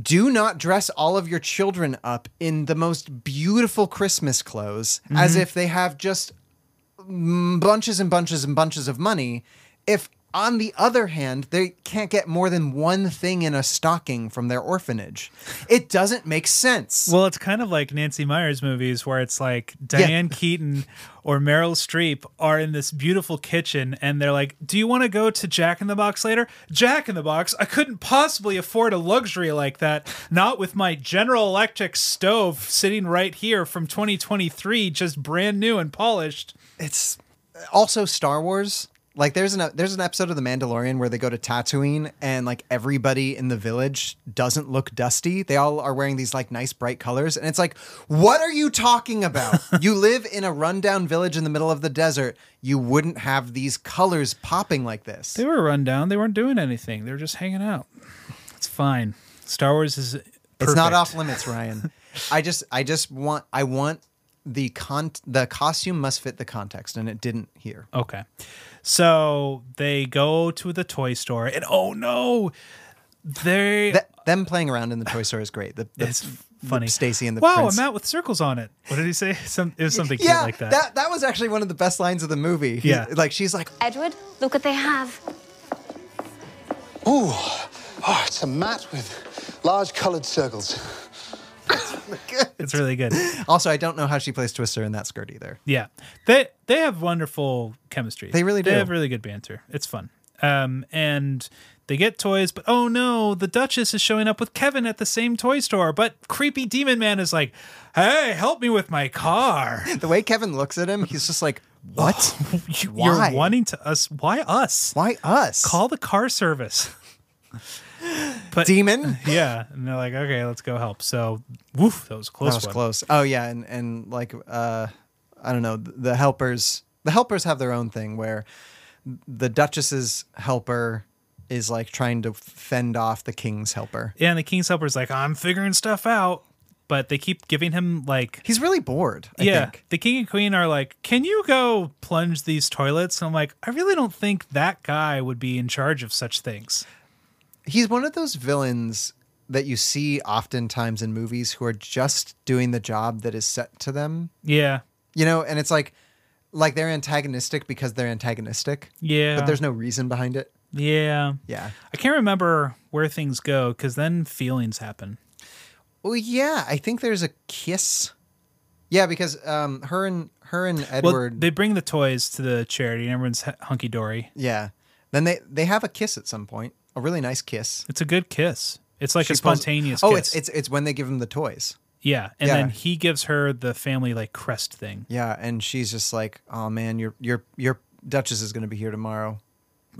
Do not dress all of your children up in the most beautiful Christmas clothes as if they have just mm, bunches and bunches and bunches of money if on the other hand they can't get more than one thing in a stocking from their orphanage it doesn't make sense Well, it's kind of like Nancy Meyers movies where it's like Diane Keaton or Meryl Streep are in this beautiful kitchen and they're like, Do you want to go to Jack in the Box later? Jack in the Box? I couldn't possibly afford a luxury like that. Not with my General Electric stove sitting right here from 2023, just brand new and polished. it's also Star Wars. Like there's an there's an episode of The Mandalorian where they go to Tatooine and like everybody in the village doesn't look dusty. They all are wearing these like nice bright colors, and it's like, what are you talking about? you live in a rundown village in the middle of the desert. You wouldn't have these colors popping like this. They were run down. They weren't doing anything. They were just hanging out. It's fine. Star Wars is. It's not perfect. off limits, Ryan. I just I just want I want the con the costume must fit the context, and it didn't here. Okay. So they go to the toy store and oh no, they Th- them playing around in the toy store is great. The, the It's funny. Stacy and the wow, prince. a mat with circles on it. What did he say? Some it was something yeah, cute like that. that was actually one of the best lines of the movie. He- Yeah. like she's like, Edward, look what they have. Ooh, oh, it's a mat with large coloured circles. It's really good. also I don't know how she plays Twister in that skirt either. Yeah, they they have wonderful chemistry. They really do. They have really good banter. It's fun. Um, and they get toys, but oh no, the Duchess is showing up with Kevin at the same toy store. But creepy Demon Man is like, "Hey, help me with my car." The way Kevin looks at him, he's just like, what? You- Why? You're wanting to us? Why us? Why us? Call the car service. but Demon. yeah, and they're like, "Okay, let's go help." So, woof, that was a close. that was one. close. Oh yeah, and and like uh, I don't know, th- the helpers. The helpers have their own thing where the Duchess's helper is like trying to fend off the king's helper. Yeah, and the King's Helper's like, I'm figuring stuff out. But they keep giving him like He's really bored. I Yeah. think. The King and Queen are like, Can you go plunge these toilets? And I'm like, I really don't think that guy would be in charge of such things. he's one of those villains that you see oftentimes in movies who are just doing the job that is set to them. Yeah. You know, and it's like like they're antagonistic because they're antagonistic. Yeah. But there's no reason behind it. Yeah. Yeah. I can't remember where things go because then feelings happen. Well, yeah, I think there's a kiss. Yeah, because um, her and her and Edward, Well, they bring the toys to the charity and everyone's hunky dory. yeah. Then they they have a kiss at some point, a really nice kiss. It's a good kiss. It's like a She pulls- spontaneous Oh, kiss. it's it's it's when they give him the toys. yeah. And Yeah. then he gives her the family like crest thing. Yeah, and she's just like, "Oh man, your your your Duchess is going to be here tomorrow."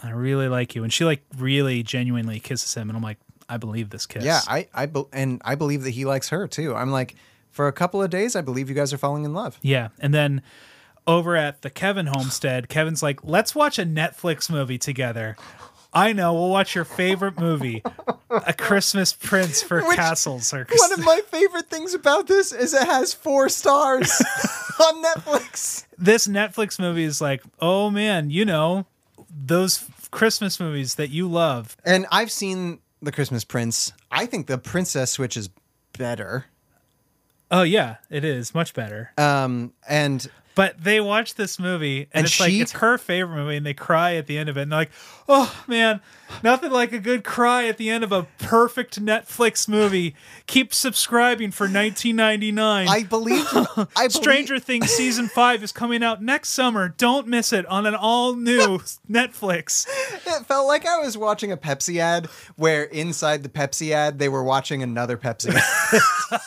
I really like you. And she like really genuinely kisses him. And I'm like, I believe this kiss. Yeah, I I be- and I believe that he likes her too. I'm like, for a couple of days, I believe you guys are falling in love. Yeah. And then over at the Kevin homestead, Kevin's like, let's watch a Netflix movie together. I know. We'll watch your favorite movie, A Christmas Prince for Which- Castles. Or One of my favorite things about this is it has four stars on Netflix. this Netflix movie is like, oh man, you know, those Christmas movies that you love. And I've seen The Christmas Prince. I think The Princess Switch is better. Oh yeah, it is much better. Um, and But they watch this movie and, And it's like she- it's her favorite movie and they cry at the end of it and they're like, "Oh man, nothing like a good cry at the end of a perfect Netflix movie. Keep subscribing for 19.99." I believe I believe- Stranger Things season 5 is coming out next summer. Don't miss it on an all new Netflix. it felt like I was watching a Pepsi ad where inside the Pepsi ad they were watching another Pepsi. ad.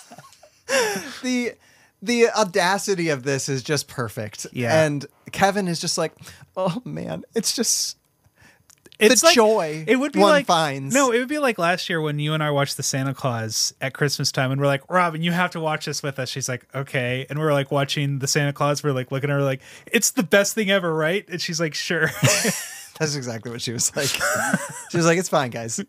the the audacity of this is just perfect. Yeah. And Kevin is just like, "Oh man, it's just the like- joy It would be one like finds." no, it would be like last year when you and I watched the Santa Claus at Christmas time, and we're like, Robin, you have to watch this with us. She's like, okay, and we're like watching the Santa Claus. We're like looking at her like, it's the best thing ever, right? And she's like, sure. That's exactly what she was like. she was like, "It's fine, guys.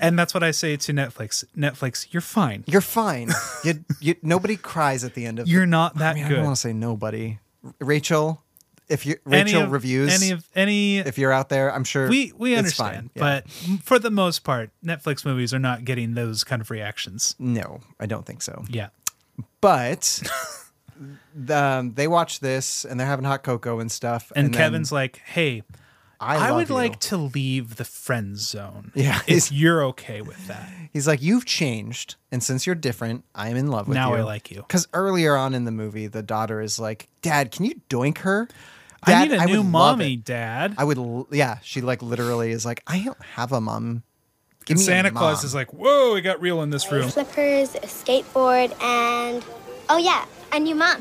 and that's what I say to Netflix. Netflix, you're fine. You're fine. You, you, nobody cries at the end of. You're not that I mean, I good. don't want to say nobody. R- Rachel, if you Any Rachel of- reviews any of any. if you're out there, I'm sure we we it's understand, fine. Yeah. but for the most part, Netflix movies are not getting those kind of reactions. no, I don't think so. Yeah. But the- um, they watch this and they're having hot cocoa and stuff. And, then Kevin's like, "Hey, I, love would you." like to leave the friend zone. Yeah, if he's- you're okay with that, he's like, you've changed, and since you're different, I'm in love with Now you. I like you. Because earlier on in the movie, the daughter is like, Dad, can you doink her? I need a a new mommy, Dad. I would, l- yeah. She like literally is like, I don't have a mom. Give and me a Santa Claus mom." is like, "Whoa, it got real in this room." Slippers, a skateboard, and oh yeah, a new mom.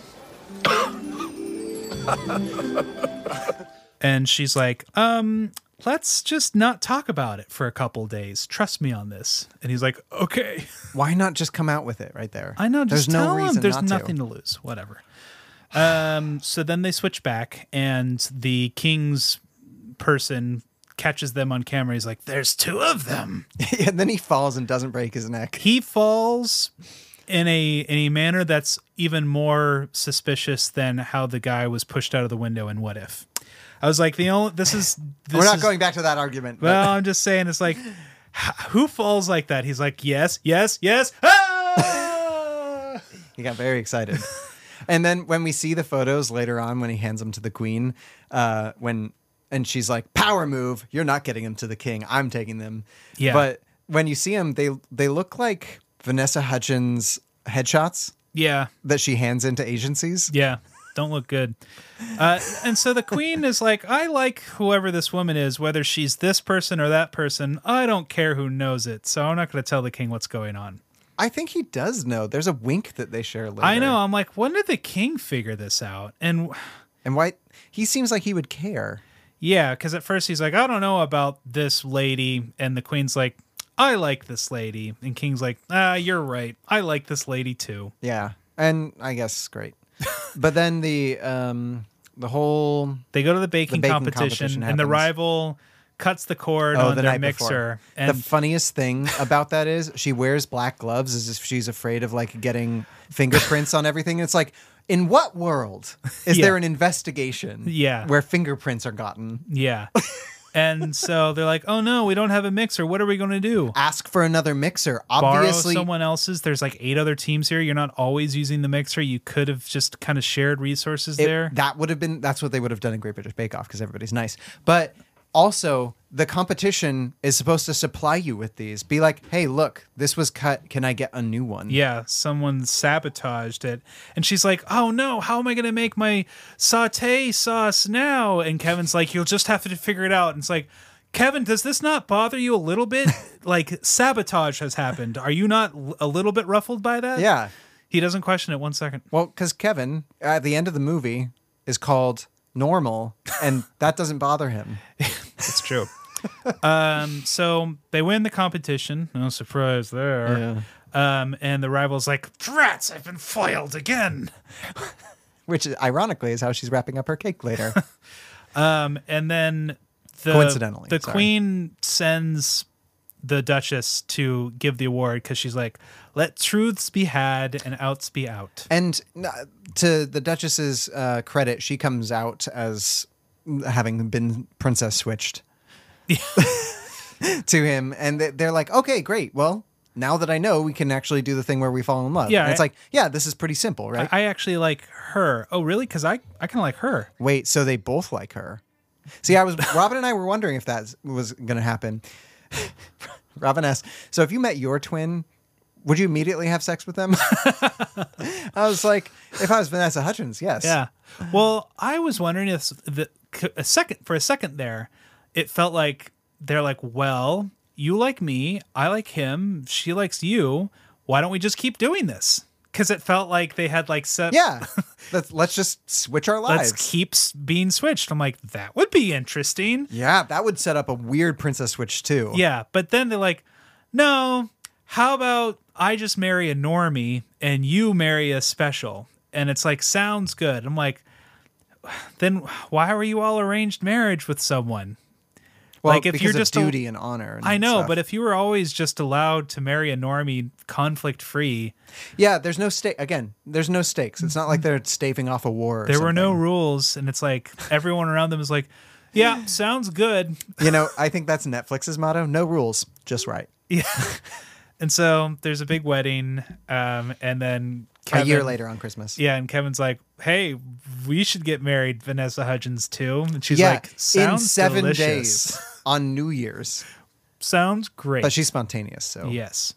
And she's like, "Um, let's just not talk about it for a couple days. Trust me on this." And he's like, "Okay, why not just come out with it right there? I know. Just There's no tell him. reason. There's not nothing to. lose. Whatever." Um. So then they switch back, and the king's person catches them on camera. He's like, "There's two of them." To. and then he falls and doesn't break his neck. he falls in a in a manner that's even more suspicious than how the guy was pushed out of the window in what if i was like the only this is this We're not is- going back to that argument. but- well i'm just saying it's like h- who falls like that he's like yes yes yes ah! He got very excited. and then when we see the photos later on, when he hands them to the queen, uh, when and she's like, "Power move! You're not getting them to the king. I'm taking them." Yeah. But when you see them, they they look like Vanessa Hudgens headshots yeah that she hands into agencies. Yeah, don't look good. Uh, and so the queen is like, I like whoever this woman is, whether she's this person or that person. I don't care who knows it. So I'm not going to tell the king what's going on. I think he does know. There's a wink that they share later. I know. I'm like, when did the king figure this out? And And why he seems like he would care. yeah, because at first he's like, I don't know about this lady. And the queen's like, I like this lady. And King's like, ah, you're right. I like this lady too. Yeah. And I guess great. but then the um the whole They go to the baking, baking competition, competition and the happens. rival cuts the cord on Oh, the their night before. mixer. And the funniest thing about that is she wears black gloves as if she's afraid of like getting fingerprints on everything. It's like, in what world is Yeah. there an investigation Yeah. where fingerprints are gotten? Yeah. And so they're like, "Oh no, we don't have a mixer. What are we going to do?" Ask for another mixer. Borrow Obviously, someone else's. There's like eight other teams here. You're not always using the mixer. You could have just kind of shared resources it- there. That would have been that's what they would have done in Great British Bake Off because everybody's nice. But also, the competition is supposed to supply you with these. Be like, hey, look, this was cut. Can I get a new one? Yeah, someone sabotaged it. And she's like, "Oh no, how am I going to make my saute sauce now?" And Kevin's like, "You'll just have to figure it out." And it's like, "Kevin, does this not bother you a little bit? like sabotage has happened. Are you not l- a little bit ruffled by that?" Yeah. He doesn't question it one second. Well, because Kevin at the end of the movie is called normal, and that doesn't bother him. It's true. um, so they win the competition. No surprise there. Um, and the rival's like, "Drats, I've been foiled again." Which, ironically, is how she's wrapping up her cake later. Um, and then the, Coincidentally, the sorry. queen sends the duchess to give the award because she's like, "Let truths be had and outs be out." And uh, to the Duchess's uh, credit, she comes out as having been princess switched to him, and they- they're like, "Okay, great. Well, now that I know, we can actually do the thing where we fall in love." Yeah, And it's I- like, yeah, this is pretty simple, right? I actually like her. Oh, really? Because I I kind of like her. Wait, so they both like her? See, I was Robin and I were wondering if that was going to happen. Robin asked, "So if you met your twin, would you immediately have sex with them?" I was like, "If I was Vanessa Hutchins, yes." Yeah. Uh-huh. Well, I was wondering if the a second for a second there, it felt like they're like, well, you like me, I like him, she likes you. Why don't we just keep doing this? Because it felt like they had like set. Yeah. Let's, let's just switch our lives. Let's keep s- being switched. I'm like, that would be interesting. Yeah, that would set up a weird Princess Switch too. Yeah. But then they're like, no, how about I just marry a normie and you marry a special? And it's like, sounds good. I'm like, then why were you all arranged marriage with someone? Well, like if because you're of just a- duty and honor. and I know, stuff. but if you were always just allowed to marry a normie conflict free, yeah, there's no stake. Again, there's no stakes. It's not like they're staving off a war. Or there were no rules, and it's like everyone around them is like, yeah, sounds good. something. you know, I think that's Netflix's motto: no rules, just right. And so there's a big wedding, um, and then A year Kevin- later on Christmas. Yeah, and Kevin's like, "Hey, we should get married, Vanessa Hudgens too." And she's yeah, like, "Sounds in seven delicious. days on New Year's. Sounds great." But she's spontaneous, so yes.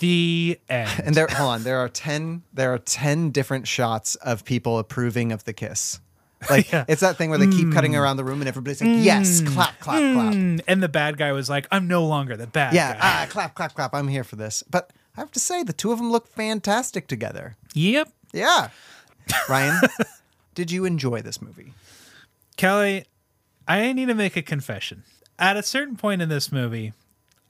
The end. And there, hold on, there are ten. There are ten different shots of people approving of the kiss. Like Yeah. it's that thing where they keep cutting Mm. around the room and everybody's like, "Yes, Mm. clap, clap, clap." Mm. And the bad guy was like, "I'm no longer the bad yeah, guy." ah, clap, clap, clap. I'm here for this. But I have to say, the two of them look fantastic together. Yep. Yeah. Ryan, did you enjoy this movie? Kelly, I need to make a confession. At a certain point in this movie,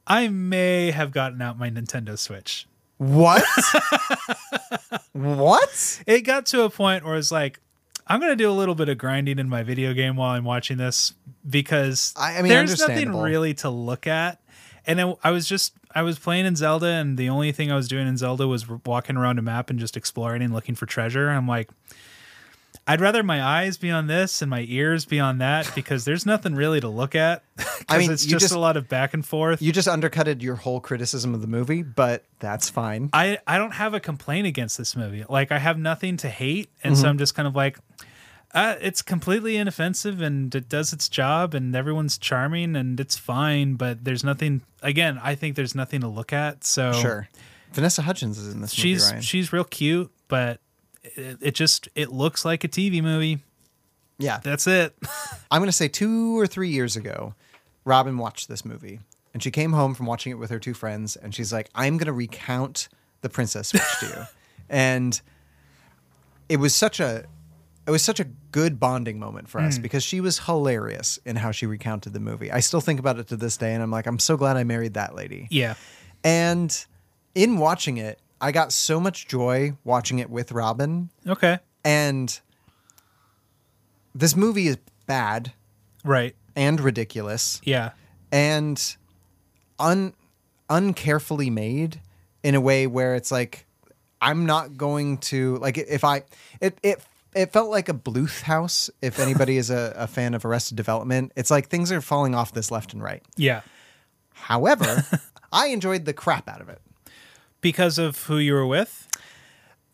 I may have gotten out my Nintendo Switch. What? what? It got to a point where it's like, I'm going to do a little bit of grinding in my video game while I'm watching this because I- I mean, there's nothing understandable. really to look at. And I, I was just, I was playing in Zelda, and the only thing I was doing in Zelda was walking around a map and just exploring and looking for treasure. I'm like, I'd rather my eyes be on this and my ears be on that because there's nothing really to look at. 'Cause I mean, it's you just, just- a lot of back and forth. You just undercutted your whole criticism of the movie, but that's fine. I, I don't have a complaint against this movie. Like, I have nothing to hate. And so Mhm. I'm just kind of like, uh, it's completely inoffensive and it does its job, and everyone's charming and it's fine, but there's nothing, again, I think there's nothing to look at. So Sure. Vanessa Hudgens is in this she's, movie, Ryan. she's real cute, but it, it just, it looks like a TV movie. Yeah. That's it. I'm going to say two or three years ago, Robin watched this movie and she came home from watching it with her two friends and she's like, I'm going to recount The Princess Switch to you. And it was such a. It was such a good bonding moment for us Mm. because she was hilarious in how she recounted the movie. I still think about it to this day and I'm like, I'm so glad I married that lady. Yeah. And in watching it, I got so much joy watching it with Robin. Okay. And this movie is bad Right. and ridiculous Yeah. and un uncarefully made in a way where it's like I'm not going to like if I it it it felt like a Bluth house. If anybody is a, a fan of Arrested Development, it's like things are falling off this left and right. Yeah. However, I enjoyed the crap out of it. Because of who you were with?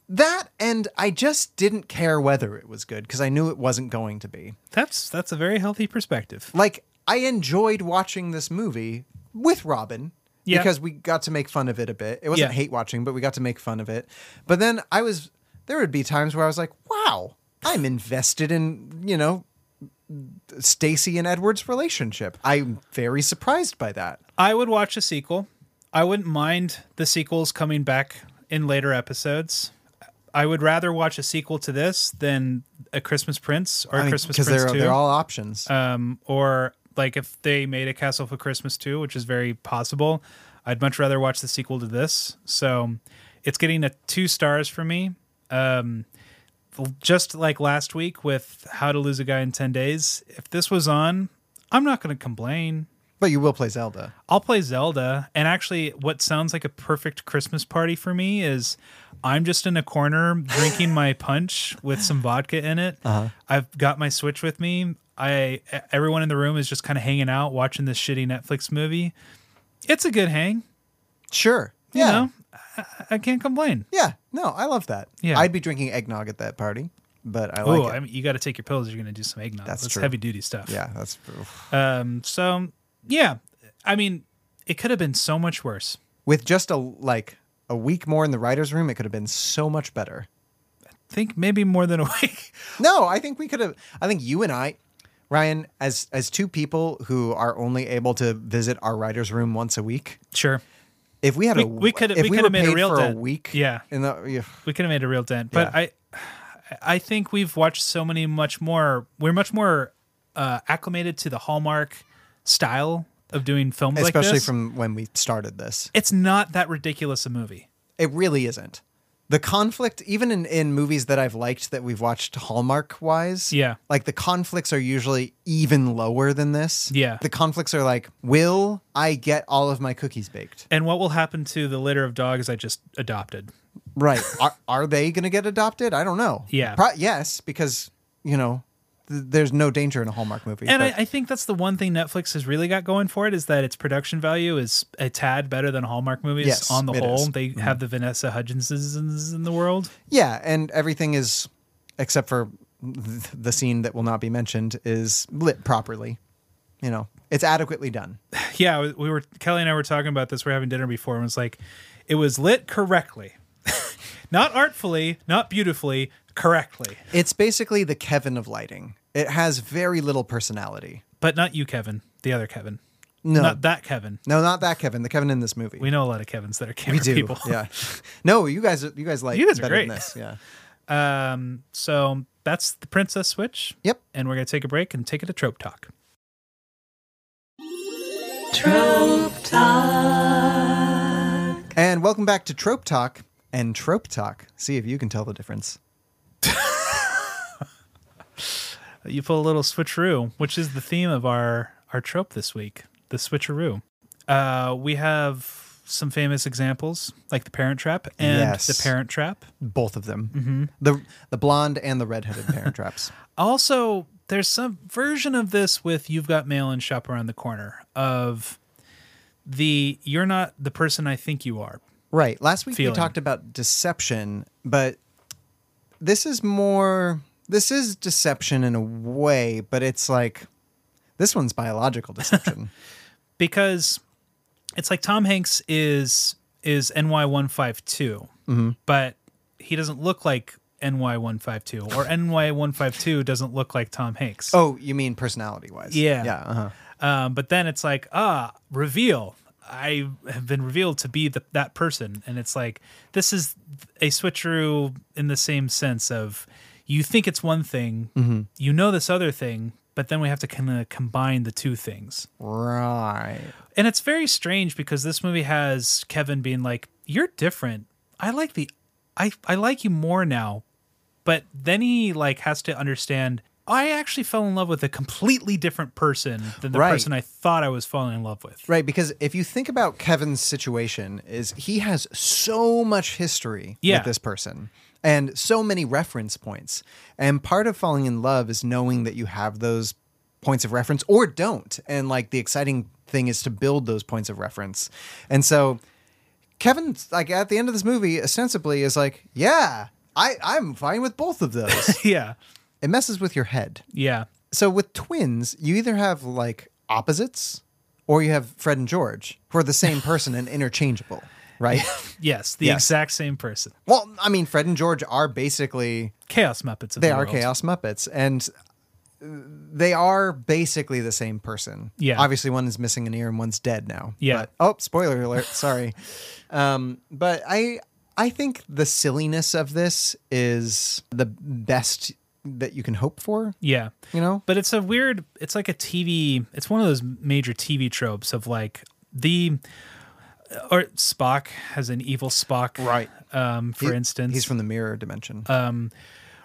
That and I just didn't care whether it was good because I knew it wasn't going to be. That's that's a very healthy perspective. Like I enjoyed watching this movie with Robin Yeah. because we got to make fun of it a bit. It wasn't Yeah. hate watching, but we got to make fun of it. But then I was there would be times where I was like, "Wow, I'm invested in, you know, Stacy and Edward's relationship. I'm very surprised by that." I would watch a sequel. I wouldn't mind the sequels coming back in later episodes. I would rather watch a sequel to this than a Christmas Prince or I mean, Christmas 'cause Prince they're- 2. they're all options. Um, or like if they made a Castle for Christmas 2, which is very possible, I'd much rather watch the sequel to this. So it's getting a two stars for me. Um, just like last week with How to Lose a Guy in 10 Days, if this was on, I'm not going to complain. But you will play Zelda. I'll play Zelda. And actually, what sounds like a perfect Christmas party for me is I'm just in a corner drinking my punch with some vodka in it. Uh-huh. I've got my Switch with me. I everyone in the room is just kind of hanging out watching this shitty Netflix movie. It's a good hang. Sure. You Yeah. know, I, I can't complain. Yeah. No, I love that. Yeah. I'd be drinking eggnog at that party, but I Oh, like it. I mean, you got to take your pills. You're going to do some eggnog. That's That's true. heavy duty stuff. Yeah, that's Um. So yeah, I mean, it could have been so much worse. with just a like a week more in the writers' room, it could have been so much better. I think maybe more than a week. No, I think we could have. I think you and I, Ryan, as as two people who are only able to visit our writers' room once a week. Sure. If we had we, a, we could if we could were have made a paid real for dent. a week. Yeah, In the, yeah. we could have made a real dent. But I I think we've watched so many much more. We're much more uh, acclimated to the Hallmark style of doing films, like especially this. from when we started this. It's not that ridiculous a movie. It really isn't. The conflict, even in, in movies that I've liked that we've watched Hallmark wise, Yeah. like the conflicts are usually even lower than this. Yeah. The conflicts are like, will I get all of my cookies baked? And what will happen to the litter of dogs I just adopted? Right. are, are they going to get adopted? I don't know. Yeah. Pro- yes, because, you know, th- there's no danger in a Hallmark movie. And I, but- I think that's the one thing Netflix has really got going for it is that its production value is a tad better than Hallmark movies Yes, on the it whole. is. They Mhm. have the Vanessa Hudgenses in the world. yeah, and everything is, except for th- the scene that will not be mentioned, is lit properly. You know, it's adequately done. yeah, we- we were Kelly and I were talking about this. We are having dinner before, and it's like it was lit correctly, not artfully, not beautifully, correctly. It's basically the Kevin of lighting. It has very little personality. But not you, Kevin. The other Kevin. No. not that Kevin. No, not that Kevin. The Kevin in this movie. We know a lot of Kevins that are camera we do. people. Yeah. No, you guys. are- You guys like. you guys are better great. Than this. Yeah. Yeah. Um. So that's the Princess Switch. Yep. And we're gonna take a break and take it to Trope Talk. And welcome back to Trope Talk and Trope Talk. See if you can tell the difference. You pull a little switcheroo, which is the theme of our our trope this week, the switcheroo. Uh, we have some famous examples like the Parent Trap and Yes. the Parent Trap. Both of them. Mhm. The the blonde and the redheaded parent traps. Also, there's some version of this with You've Got Mail and Shop Around the Corner of the you're not the person I think you are. Right. Last week Feeling. we talked about deception, but this is more. This is deception in a way, but it's like this one's biological deception. Because it's like Tom Hanks is is NY152, mm-hmm. but he doesn't look like NY152 or NY152 doesn't look like Tom Hanks. Oh, you mean personality wise? Yeah. Yeah. Uh-huh. Um, but then it's like, ah, reveal. I have been revealed to be the, that person. And it's like, this is a switcheroo in the same sense of you think it's one thing, Mhm. you know this other thing, but then we have to kind of combine the two things. Right. And it's very strange because this movie has Kevin being like, "You're different. I like the, I I like you more now," but then he like has to understand. I actually fell in love with a completely different person than the Right. person I thought I was falling in love with. Right, because if you think about Kevin's situation, is he has so much history Yeah. with this person, and so many reference points. And part of falling in love is knowing that you have those points of reference or don't. And like the exciting thing is to build those points of reference. And so Kevin, like at the end of this movie, ostensibly is like, yeah, I, I'm fine with both of those. yeah. It messes with your head. Yeah. So with twins, you either have like opposites or you have Fred and George, who are the same person and interchangeable, right? yes, the Yes. exact same person. Well, I mean, Fred and George are basically Chaos Muppets. Of they the are world. chaos muppets and uh, they are basically the same person Yeah. obviously one is missing an ear and one's dead now Yeah. but, oh spoiler alert sorry um but i i think the silliness of this is the best that you can hope for Yeah. you know But it's a weird, it's like a TV, it's one of those major TV tropes of like the, or Spock has an evil Spock. Right. Um, for He- instance, he's from the mirror dimension um,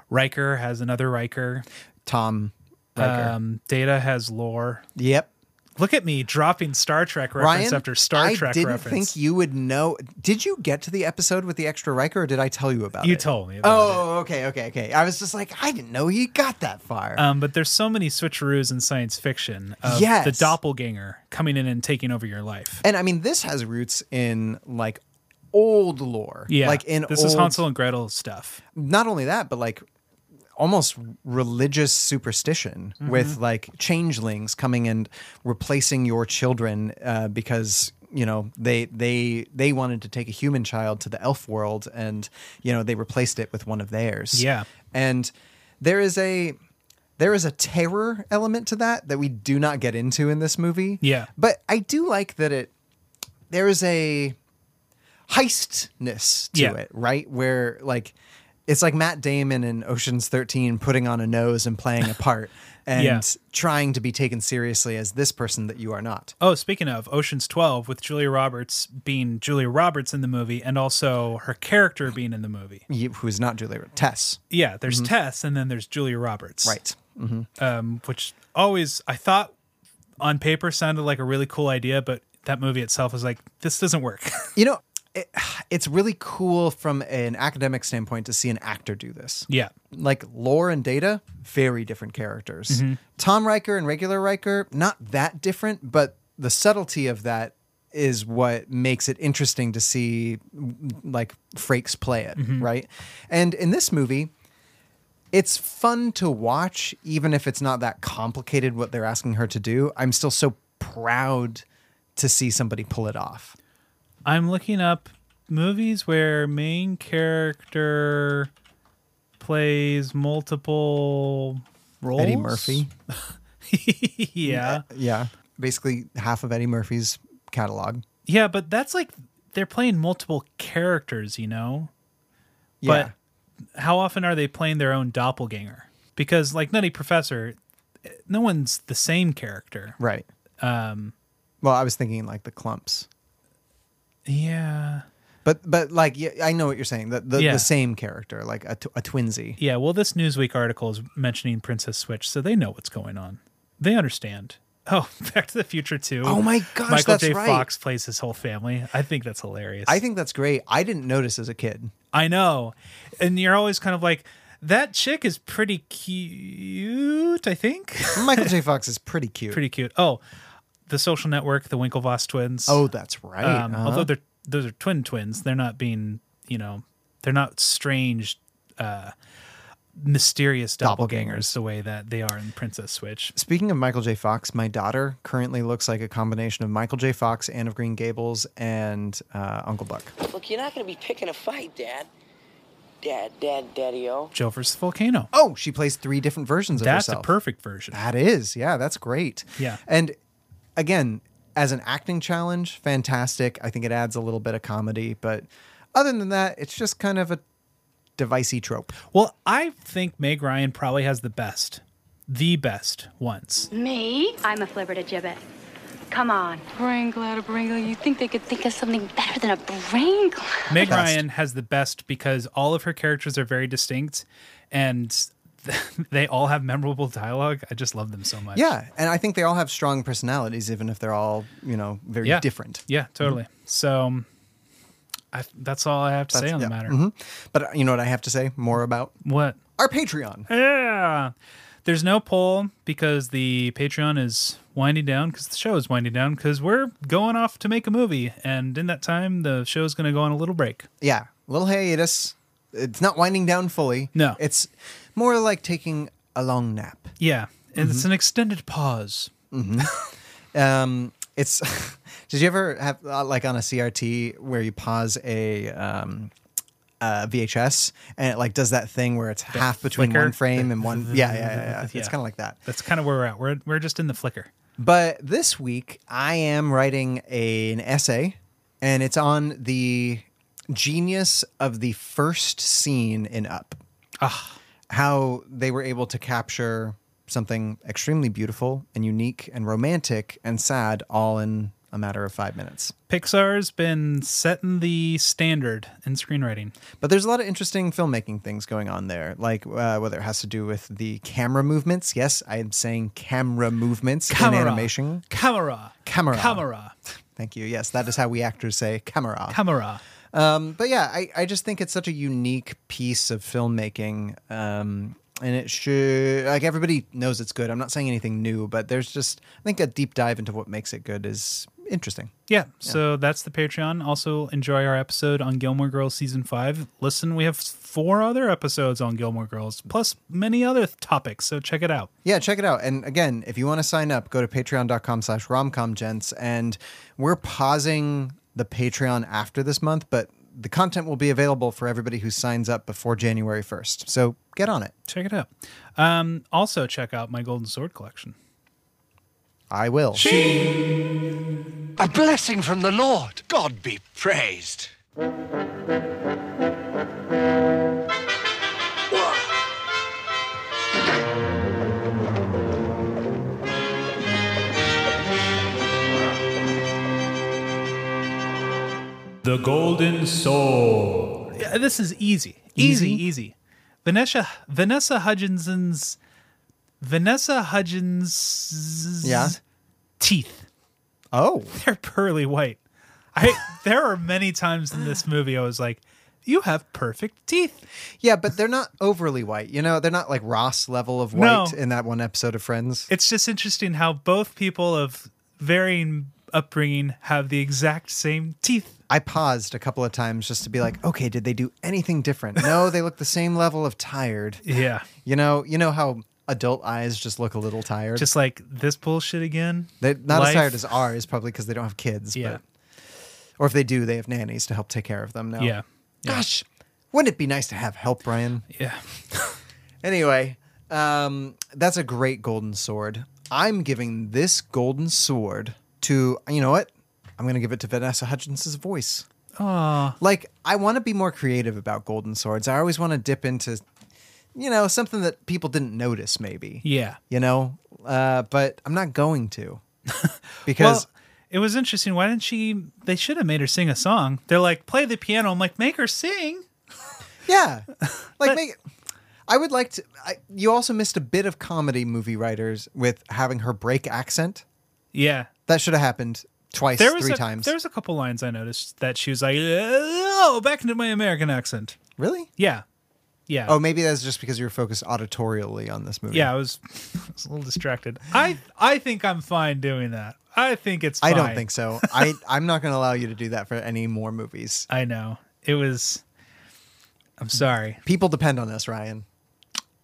Riker has another Riker. tom Riker. Um, Data has lore. yep Look at me dropping Star Trek reference Ryan, after Star I Trek didn't reference. think you would know. Did you get to the episode with the extra Riker, or did I tell you about it? You told me about Oh, okay, okay, okay. I was just like, I didn't know he got that far. Um, but there's so many switcheroos in science fiction. Of Yes. The doppelganger coming in and taking over your life. and I mean, this has roots in like old lore. Yeah. like in this old, is Hansel and Gretel stuff. Not only that, but like almost religious superstition Mm-hmm. with like changelings coming and replacing your children uh, because you know they they they wanted to take a human child to the elf world and you know they replaced it with one of theirs Yeah. and there is a there is a terror element to that that we do not get into in this movie Yeah. but i do like that it there is a heistness to Yeah. it, right? Where like it's like Matt Damon in Ocean's 13 putting on a nose and playing a part and Yeah. trying to be taken seriously as this person that you are not. Oh, speaking of Ocean's 12 with Julia Roberts being Julia Roberts in the movie and also her character being in the movie. You- Who is not Julia Roberts. Tess. Yeah, there's Mhm. Tess and then there's Julia Roberts. Right. hmm Um, which always I thought on paper sounded like a really cool idea, but that movie itself was like this doesn't work. You know, it, it's really cool from an academic standpoint to see an actor do this. yeah. Like Lore and Data, very different characters. Mhm. Tom Riker and regular Riker, not that different, but the subtlety of that is what makes it interesting to see like Frakes play it, Mhm. right? And in this movie, it's fun to watch, even if it's not that complicated what they're asking her to do. I'm still so proud to see somebody pull it off. I'm looking up movies where main character plays multiple roles. Eddie Murphy. yeah. Yeah. Basically half of Eddie Murphy's catalog. Yeah, but that's like they're playing multiple characters, you know? Yeah. But how often are they playing their own doppelganger? Because like Nutty Professor, no one's the same character. Right. Um Well, I was thinking like the clumps. yeah. But but like yeah, I know what you're saying. The the, Yeah. the same character, like a, tw- a twinsy. Yeah, well this Newsweek article is mentioning Princess Switch, so they know what's going on. They understand. Oh, Back to the Future 2. Oh my gosh, Michael that's J. right. Fox plays his whole family. I think that's hilarious. I think that's great. I didn't notice as a kid. I know. And you're always kind of like, that chick is pretty cute, I think. Michael J. Fox is pretty cute. pretty cute. Oh, the social network, the Winklevoss twins. Oh, that's right. Um, Uh-huh. Although they're those are twin twins, they're not being, you know, they're not strange, uh, mysterious doppelgangers, the way that they are in Princess Switch. Speaking of Michael J. Fox, my daughter currently looks like a combination of Michael J. Fox, Anne of Green Gables, and uh, Uncle Buck. Look, you're not going to be picking a fight, Dad. Dad, Dad, Daddy O. Joe versus Volcano. Oh, she plays three different versions of That's a herself. perfect version. That is, yeah, that's great. Yeah. And again, as an acting challenge, fantastic. I think it adds a little bit of comedy, but other than that, it's just kind of a devicey trope. Well, I think Meg Ryan probably has the best, the best ones. Me? I'm a flipper to jibbit. Come on. Brain glider, brain glider. You think they could think of something better than a brain glider? Meg Best. Ryan has the best because all of her characters are very distinct and they all have memorable dialogue. I just love them so much. Yeah, and I think they all have strong personalities, even if they're all you know very Yeah. different. Yeah, totally. So I, that's all I have to say That's- on the yeah. matter. Mhm. But uh, you know what I have to say more about? What? Our Patreon. Yeah. There's no poll because the Patreon is winding down because the show is winding down because we're going off to make a movie. And in that time, the show's going to go on a little break. Yeah, little hiatus. It's not winding down fully. No, it's more like taking a long nap. Yeah. And Mm-hmm. it's an extended pause. hmm um, it's. did you ever have uh, like on a CRT where you pause a um, uh, VHS and it like does that thing where it's half between flicker. one frame and one? Yeah, yeah, yeah. yeah. It's kind of like that. That's kind of where we're at. We're, we're just in the flicker. But this week, I am writing a- an essay, and it's on the genius of the first scene in Up. How they were able to capture something extremely beautiful and unique and romantic and sad all in a matter of five minutes. Pixar's been setting the standard in screenwriting. But there's a lot of interesting filmmaking things going on there, like uh, whether it has to do with the camera movements. Yes, I am saying camera movements Camera. in animation. Camera. Camera. Camera. Thank you. Yes, that is how we actors say camera. Camera. Um, but yeah, I, I just think it's such a unique piece of filmmaking. Um, and it should, like, everybody knows it's good. I'm not saying anything new, but there's just, I think a deep dive into what makes it good is interesting. Yeah, so that's the Patreon. Also, enjoy our episode on Gilmore Girls season five. Listen, we have four other episodes on Gilmore Girls, plus many other th- topics. So check it out. Yeah, check it out. And again, if you want to sign up, go to patreon.com slash romcomgents. And we're pausing the Patreon after this month, but the content will be available for everybody who signs up before January 1st. So get on it. Check it out. Um, also, check out my Golden Sword collection. I will. A blessing from the Lord. God be praised. The Golden Soul. Yeah, this is easy, easy, easy. Vanessa Vanessa Hudgenson's Vanessa Hudgens. Yeah. Teeth. Oh, they're pearly white. I there are many times in this movie I was like, "You have perfect teeth." Yeah, but they're not overly white. You know, they're not like Ross level of No. white in that one episode of Friends. It's just interesting how both people of varying upbringing have the exact same teeth. I paused a couple of times just to be like, okay, did they do anything different? No, they look the same level of tired. Yeah. You know, you know how adult eyes just look a little tired. Just like this bullshit again. they're not as Life- tired as ours, probably because they don't have kids. Yeah. But, or if they do, they have nannies to help take care of them now. Yeah. Gosh, wouldn't it be nice to have help, Brian? Yeah. anyway, um, that's a great golden sword. I'm giving this golden sword to you know what? I'm gonna give it to Vanessa Hutchins' voice. Aw. Like I want to be more creative about golden swords. I always want to dip into, you know, something that people didn't notice maybe. Yeah. You know, uh, but I'm not going to because Well, it was interesting. Why didn't she? They should have made her sing a song. They're like, play the piano. I'm like, make her sing. yeah, like make. I would like to. I, you also missed a bit of comedy movie writers with having her break accent. Yeah. That should have happened twice, There was three a, times. There was a couple lines I noticed that she was like, oh, back into my American accent. Really? Yeah. Yeah. Oh, maybe that's just because you were focused auditorially on this movie. Yeah, I was, I was a little distracted. I I think I'm fine doing that. I think it's. I Fine. don't think so. I I'm not going to allow you to do that for any more movies. I know it was. I'm sorry. People depend on us, Ryan.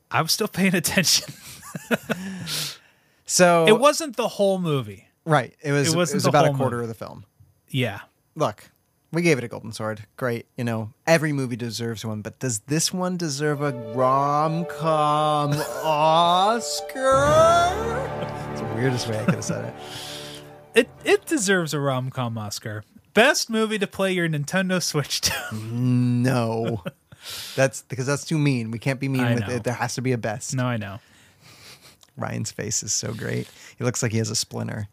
I'm still paying attention. So it wasn't the whole movie. right. It was it it, wasn't was the about a whole quarter of movie. the film. Yeah. Look, we gave it a golden sword. Great. You know, every movie deserves one, but does this one deserve a rom com Oscar? It's the weirdest way I could have said it. It it deserves a rom com Oscar. Best movie to play your Nintendo Switch to. No. That's because that's too mean. We can't be mean I with know. it. There has to be a best. No, I know. Ryan's face is so great. He looks like he has a splinter.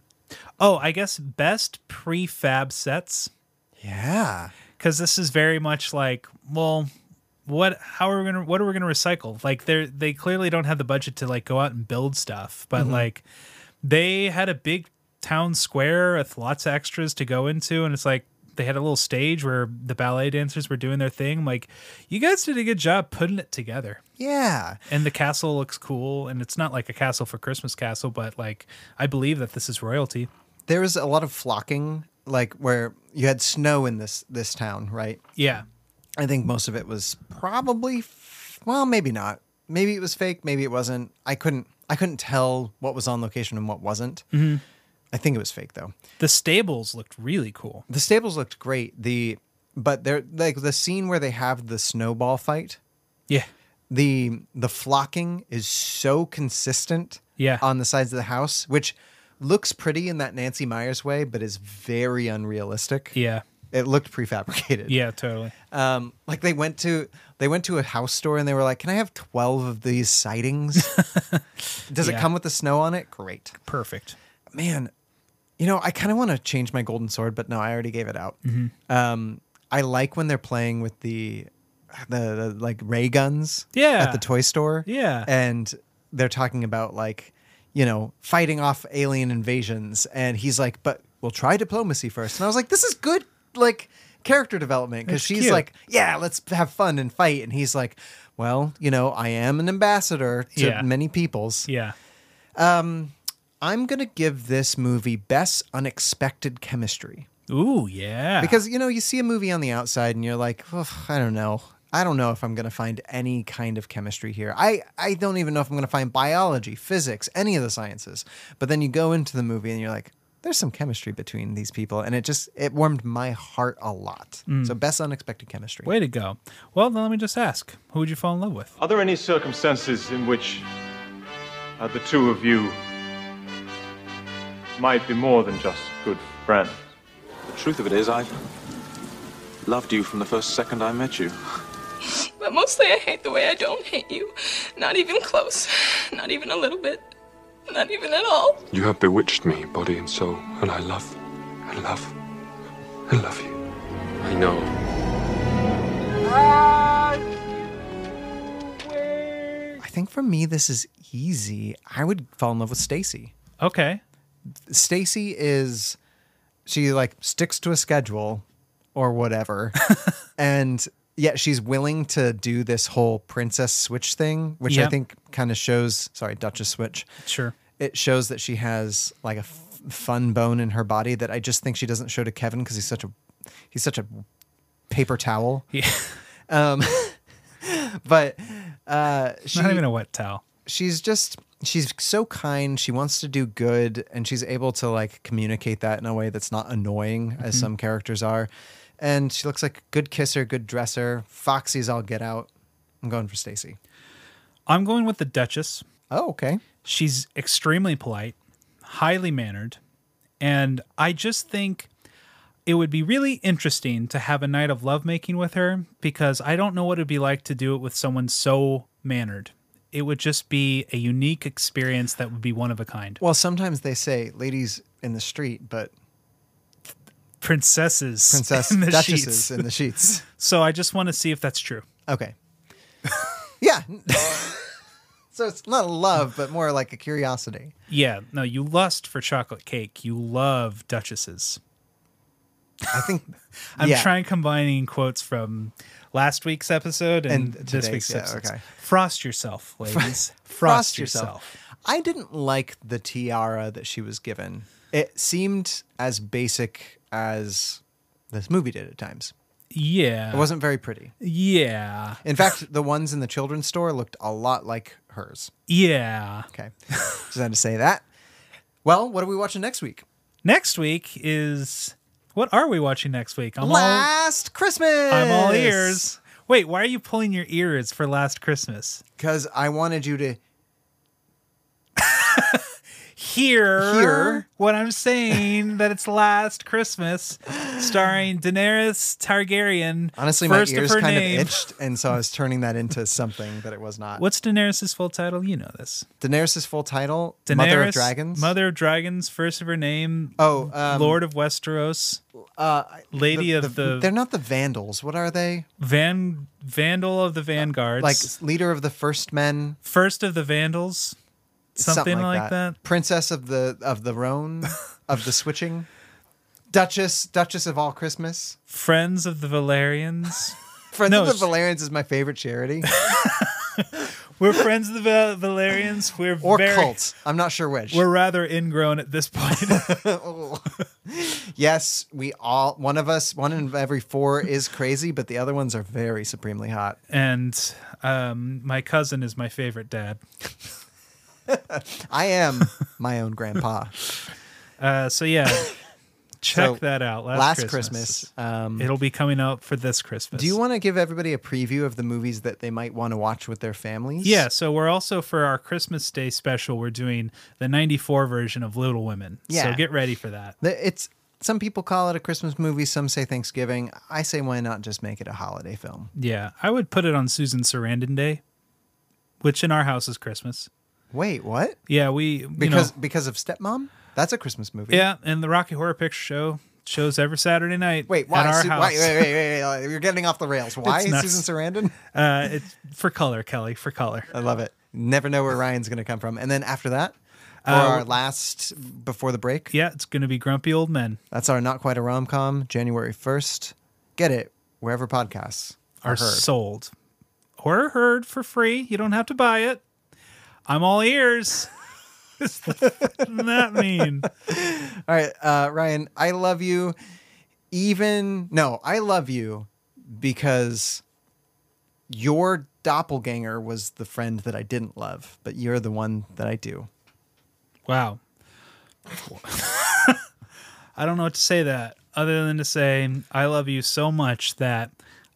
Oh, I guess best prefab sets. Yeah. Cause this is very much like, well, what how are we gonna what are we gonna recycle? Like they're they clearly don't have the budget to like go out and build stuff, but Mhm. like they had a big town square with lots of extras to go into, and it's like they had a little stage where the ballet dancers were doing their thing. I'm like, you guys did a good job putting it together. Yeah. And the castle looks cool, and it's not like a castle for Christmas castle, but like I believe that this is royalty. There was a lot of flocking, like where you had snow in this this town, right? Yeah. I think most of it was probably, f- well, maybe not. Maybe it was fake. Maybe it wasn't. I couldn't. I couldn't tell what was on location and what wasn't. Mm-hmm. I think it was fake though. The stables looked really cool. The stables looked great. The but they're like the scene where they have the snowball fight. Yeah. The the flocking is so consistent yeah. on the sides of the house, which looks pretty in that Nancy Myers way, but is very unrealistic. Yeah. It looked prefabricated. Yeah, totally. Um, like they went to they went to a house store and they were like, "Can I have twelve of these sightings? Does Yeah. it come with the snow on it? Great, Perfect. man." You know, I kind of want to change my golden sword, but no, I already gave it out. Mhm. Um, I like when they're playing with the, the the like ray guns. Yeah. At the toy store. Yeah. And they're talking about like, you know, fighting off alien invasions, and he's like, "But we'll try diplomacy first. And I was like, "This is good, like character development," because It's she's cute. like, "Yeah, let's have fun and fight," and he's like, "Well, you know, I am an ambassador to Yeah. many peoples." Yeah. Um, I'm gonna give this movie best unexpected chemistry. Ooh, yeah. Because you know, you see a movie on the outside and you're like, "Ugh, I don't know. I don't know if I'm going to find any kind of chemistry here. I, I don't even know if I'm going to find biology, physics, any of the sciences. But then you go into the movie and you're like, there's some chemistry between these people. And it just, it warmed my heart a lot. Mm. So, best unexpected chemistry. way to go. Well, then let me just ask, who would you fall in love with? Are there any circumstances in which uh, the two of you might be more than just good friends? The truth of it is, I loved you from the first second I met you. But mostly I hate the way I don't hate you. Not even close. Not even a little bit. Not even at all. You have bewitched me, body and soul, and I love, and love, and love you. I know. I think for me, this is easy. I would fall in love with Stacy. Okay. Stacy is she like sticks to a schedule or whatever. and yet she's willing to do this whole princess switch thing, which I Yeah. think kind of shows, sorry, Duchess switch. Sure. It shows that she has like a f- fun bone in her body that I just think she doesn't show to Kevin cuz he's such a he's such a paper towel. Yeah. Um but uh she Not even a wet towel. she's just she's so kind she wants to do good and she's able to like communicate that in a way that's not annoying as Mhm. some characters are and she looks like a good kisser good dresser foxy's all get out i'm going for stacy I'm going with the Duchess. Oh, okay. She's extremely polite, highly mannered, and I just think it would be really interesting to have a night of lovemaking with her because I don't know what it'd be like to do it with someone so mannered. It would just be a unique experience that would be one of a kind. well sometimes they say ladies in the street but Princesses, princess in the duchesses sheets. in the sheets So I just want to see if that's true. okay yeah so it's not a love but more like a curiosity Yeah, no, you lust for chocolate cake. You love duchesses. I think I'm yeah. trying combining quotes from last week's episode and, And this today's, week's yeah, episode. okay. Frost yourself, ladies. Frost, yourself. I didn't like the tiara that she was given. It seemed as basic as this movie did at times. Yeah. It wasn't very pretty. Yeah. In fact, the ones in the children's store looked a lot like hers. Yeah. Okay. Just had to say that. Well, what are we watching next week? Next week is what are we watching next week? I'm Last all Christmas. I'm all ears. Wait, why are you pulling your ears for last Christmas? Because I wanted you to Hear, Hear. what I'm saying that it's last Christmas, starring Daenerys Targaryen. honestly first my ears her kind name. of itched, and so I was turning that into something that it was not. What's Daenerys' full title? You know this. Daenerys' full title? Daenerys, Mother of Dragons. Mother of Dragons, first of her name. Oh, um, Lord of Westeros, uh, Lady of the, They're not the Vandals. What are they? Van Vandal of the Vanguards, Like leader of the First Men, first of the Vandals, something, like, that. Princess of the of the Rhone, of the Switching. Duchess, Duchess of all Christmas. Friends of the Valerians. Friends No, of sh- the Valerians is my favorite charity. We're friends of the Val- Valerians. We're or very, cult. I'm not sure which. We're rather ingrown at this point. yes, we all one of us, one in every four is crazy, but the other ones are very supremely hot. and um, my cousin is my favorite dad. I am my own grandpa. Uh, so yeah, check So, that out. Last, Last Christmas. Christmas, um, It'll be coming out for this Christmas. Do you want to give everybody a preview of the movies that they might want to watch with their families? Yeah, so we're also for our Christmas Day special, we're doing the 94 version of Little Women. Yeah. So get ready for that. The- It's some people call it a Christmas movie, some say Thanksgiving. I say why not just make it a holiday film? Yeah, I would put it on Susan Sarandon Day, which in our house is Christmas. Wait, what? Yeah, we you Because know, because of Stepmom? That's a Christmas movie. yeah, and the Rocky Horror Picture Show shows every Saturday night. Wait, Why? At our Su- house. Wait, wait, wait, wait, wait. You're getting off the rails. Why It's nuts. Susan Sarandon? Uh, it's for color, Kelly, for color. I love it. Never know where Ryan's going to come from. And then after that, for Uh, our last before the break, Yeah, it's gonna be grumpy old men. that's our not quite a rom com, January first. Get it wherever podcasts are, Are heard. sold or heard for free. You don't have to buy it. I'm all ears. What does that mean? All right, uh, Ryan, I love you. Even no, I love you because your doppelganger was the friend that I didn't love, but you're the one that I do. Wow. I don't know what to say to that other than to say I love you so much that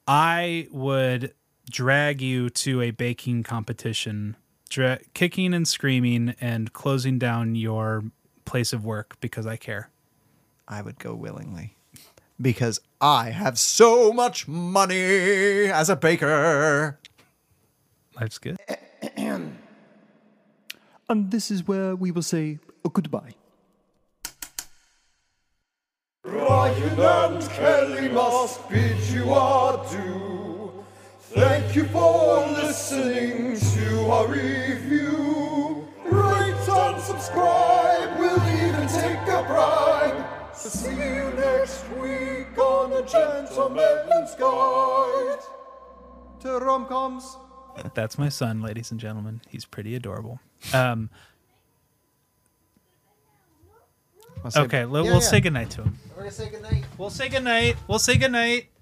I would drag you to a baking competition, dra- kicking and screaming and closing down your place of work because I care. I would go willingly because I have so much money as a baker. Life's good. And this is where we will say goodbye. Ryan and Kelly must bid you adieu. Thank you for listening to our review. Rate and subscribe, we'll even take a bribe. See you next week on the Gentleman's Guide to Romcoms. That's my son, ladies and gentlemen. He's pretty adorable. Um, I'll say- okay, le- Yeah, we'll yeah. say goodnight to him. We're gonna say goodnight. We'll say goodnight. We'll say goodnight.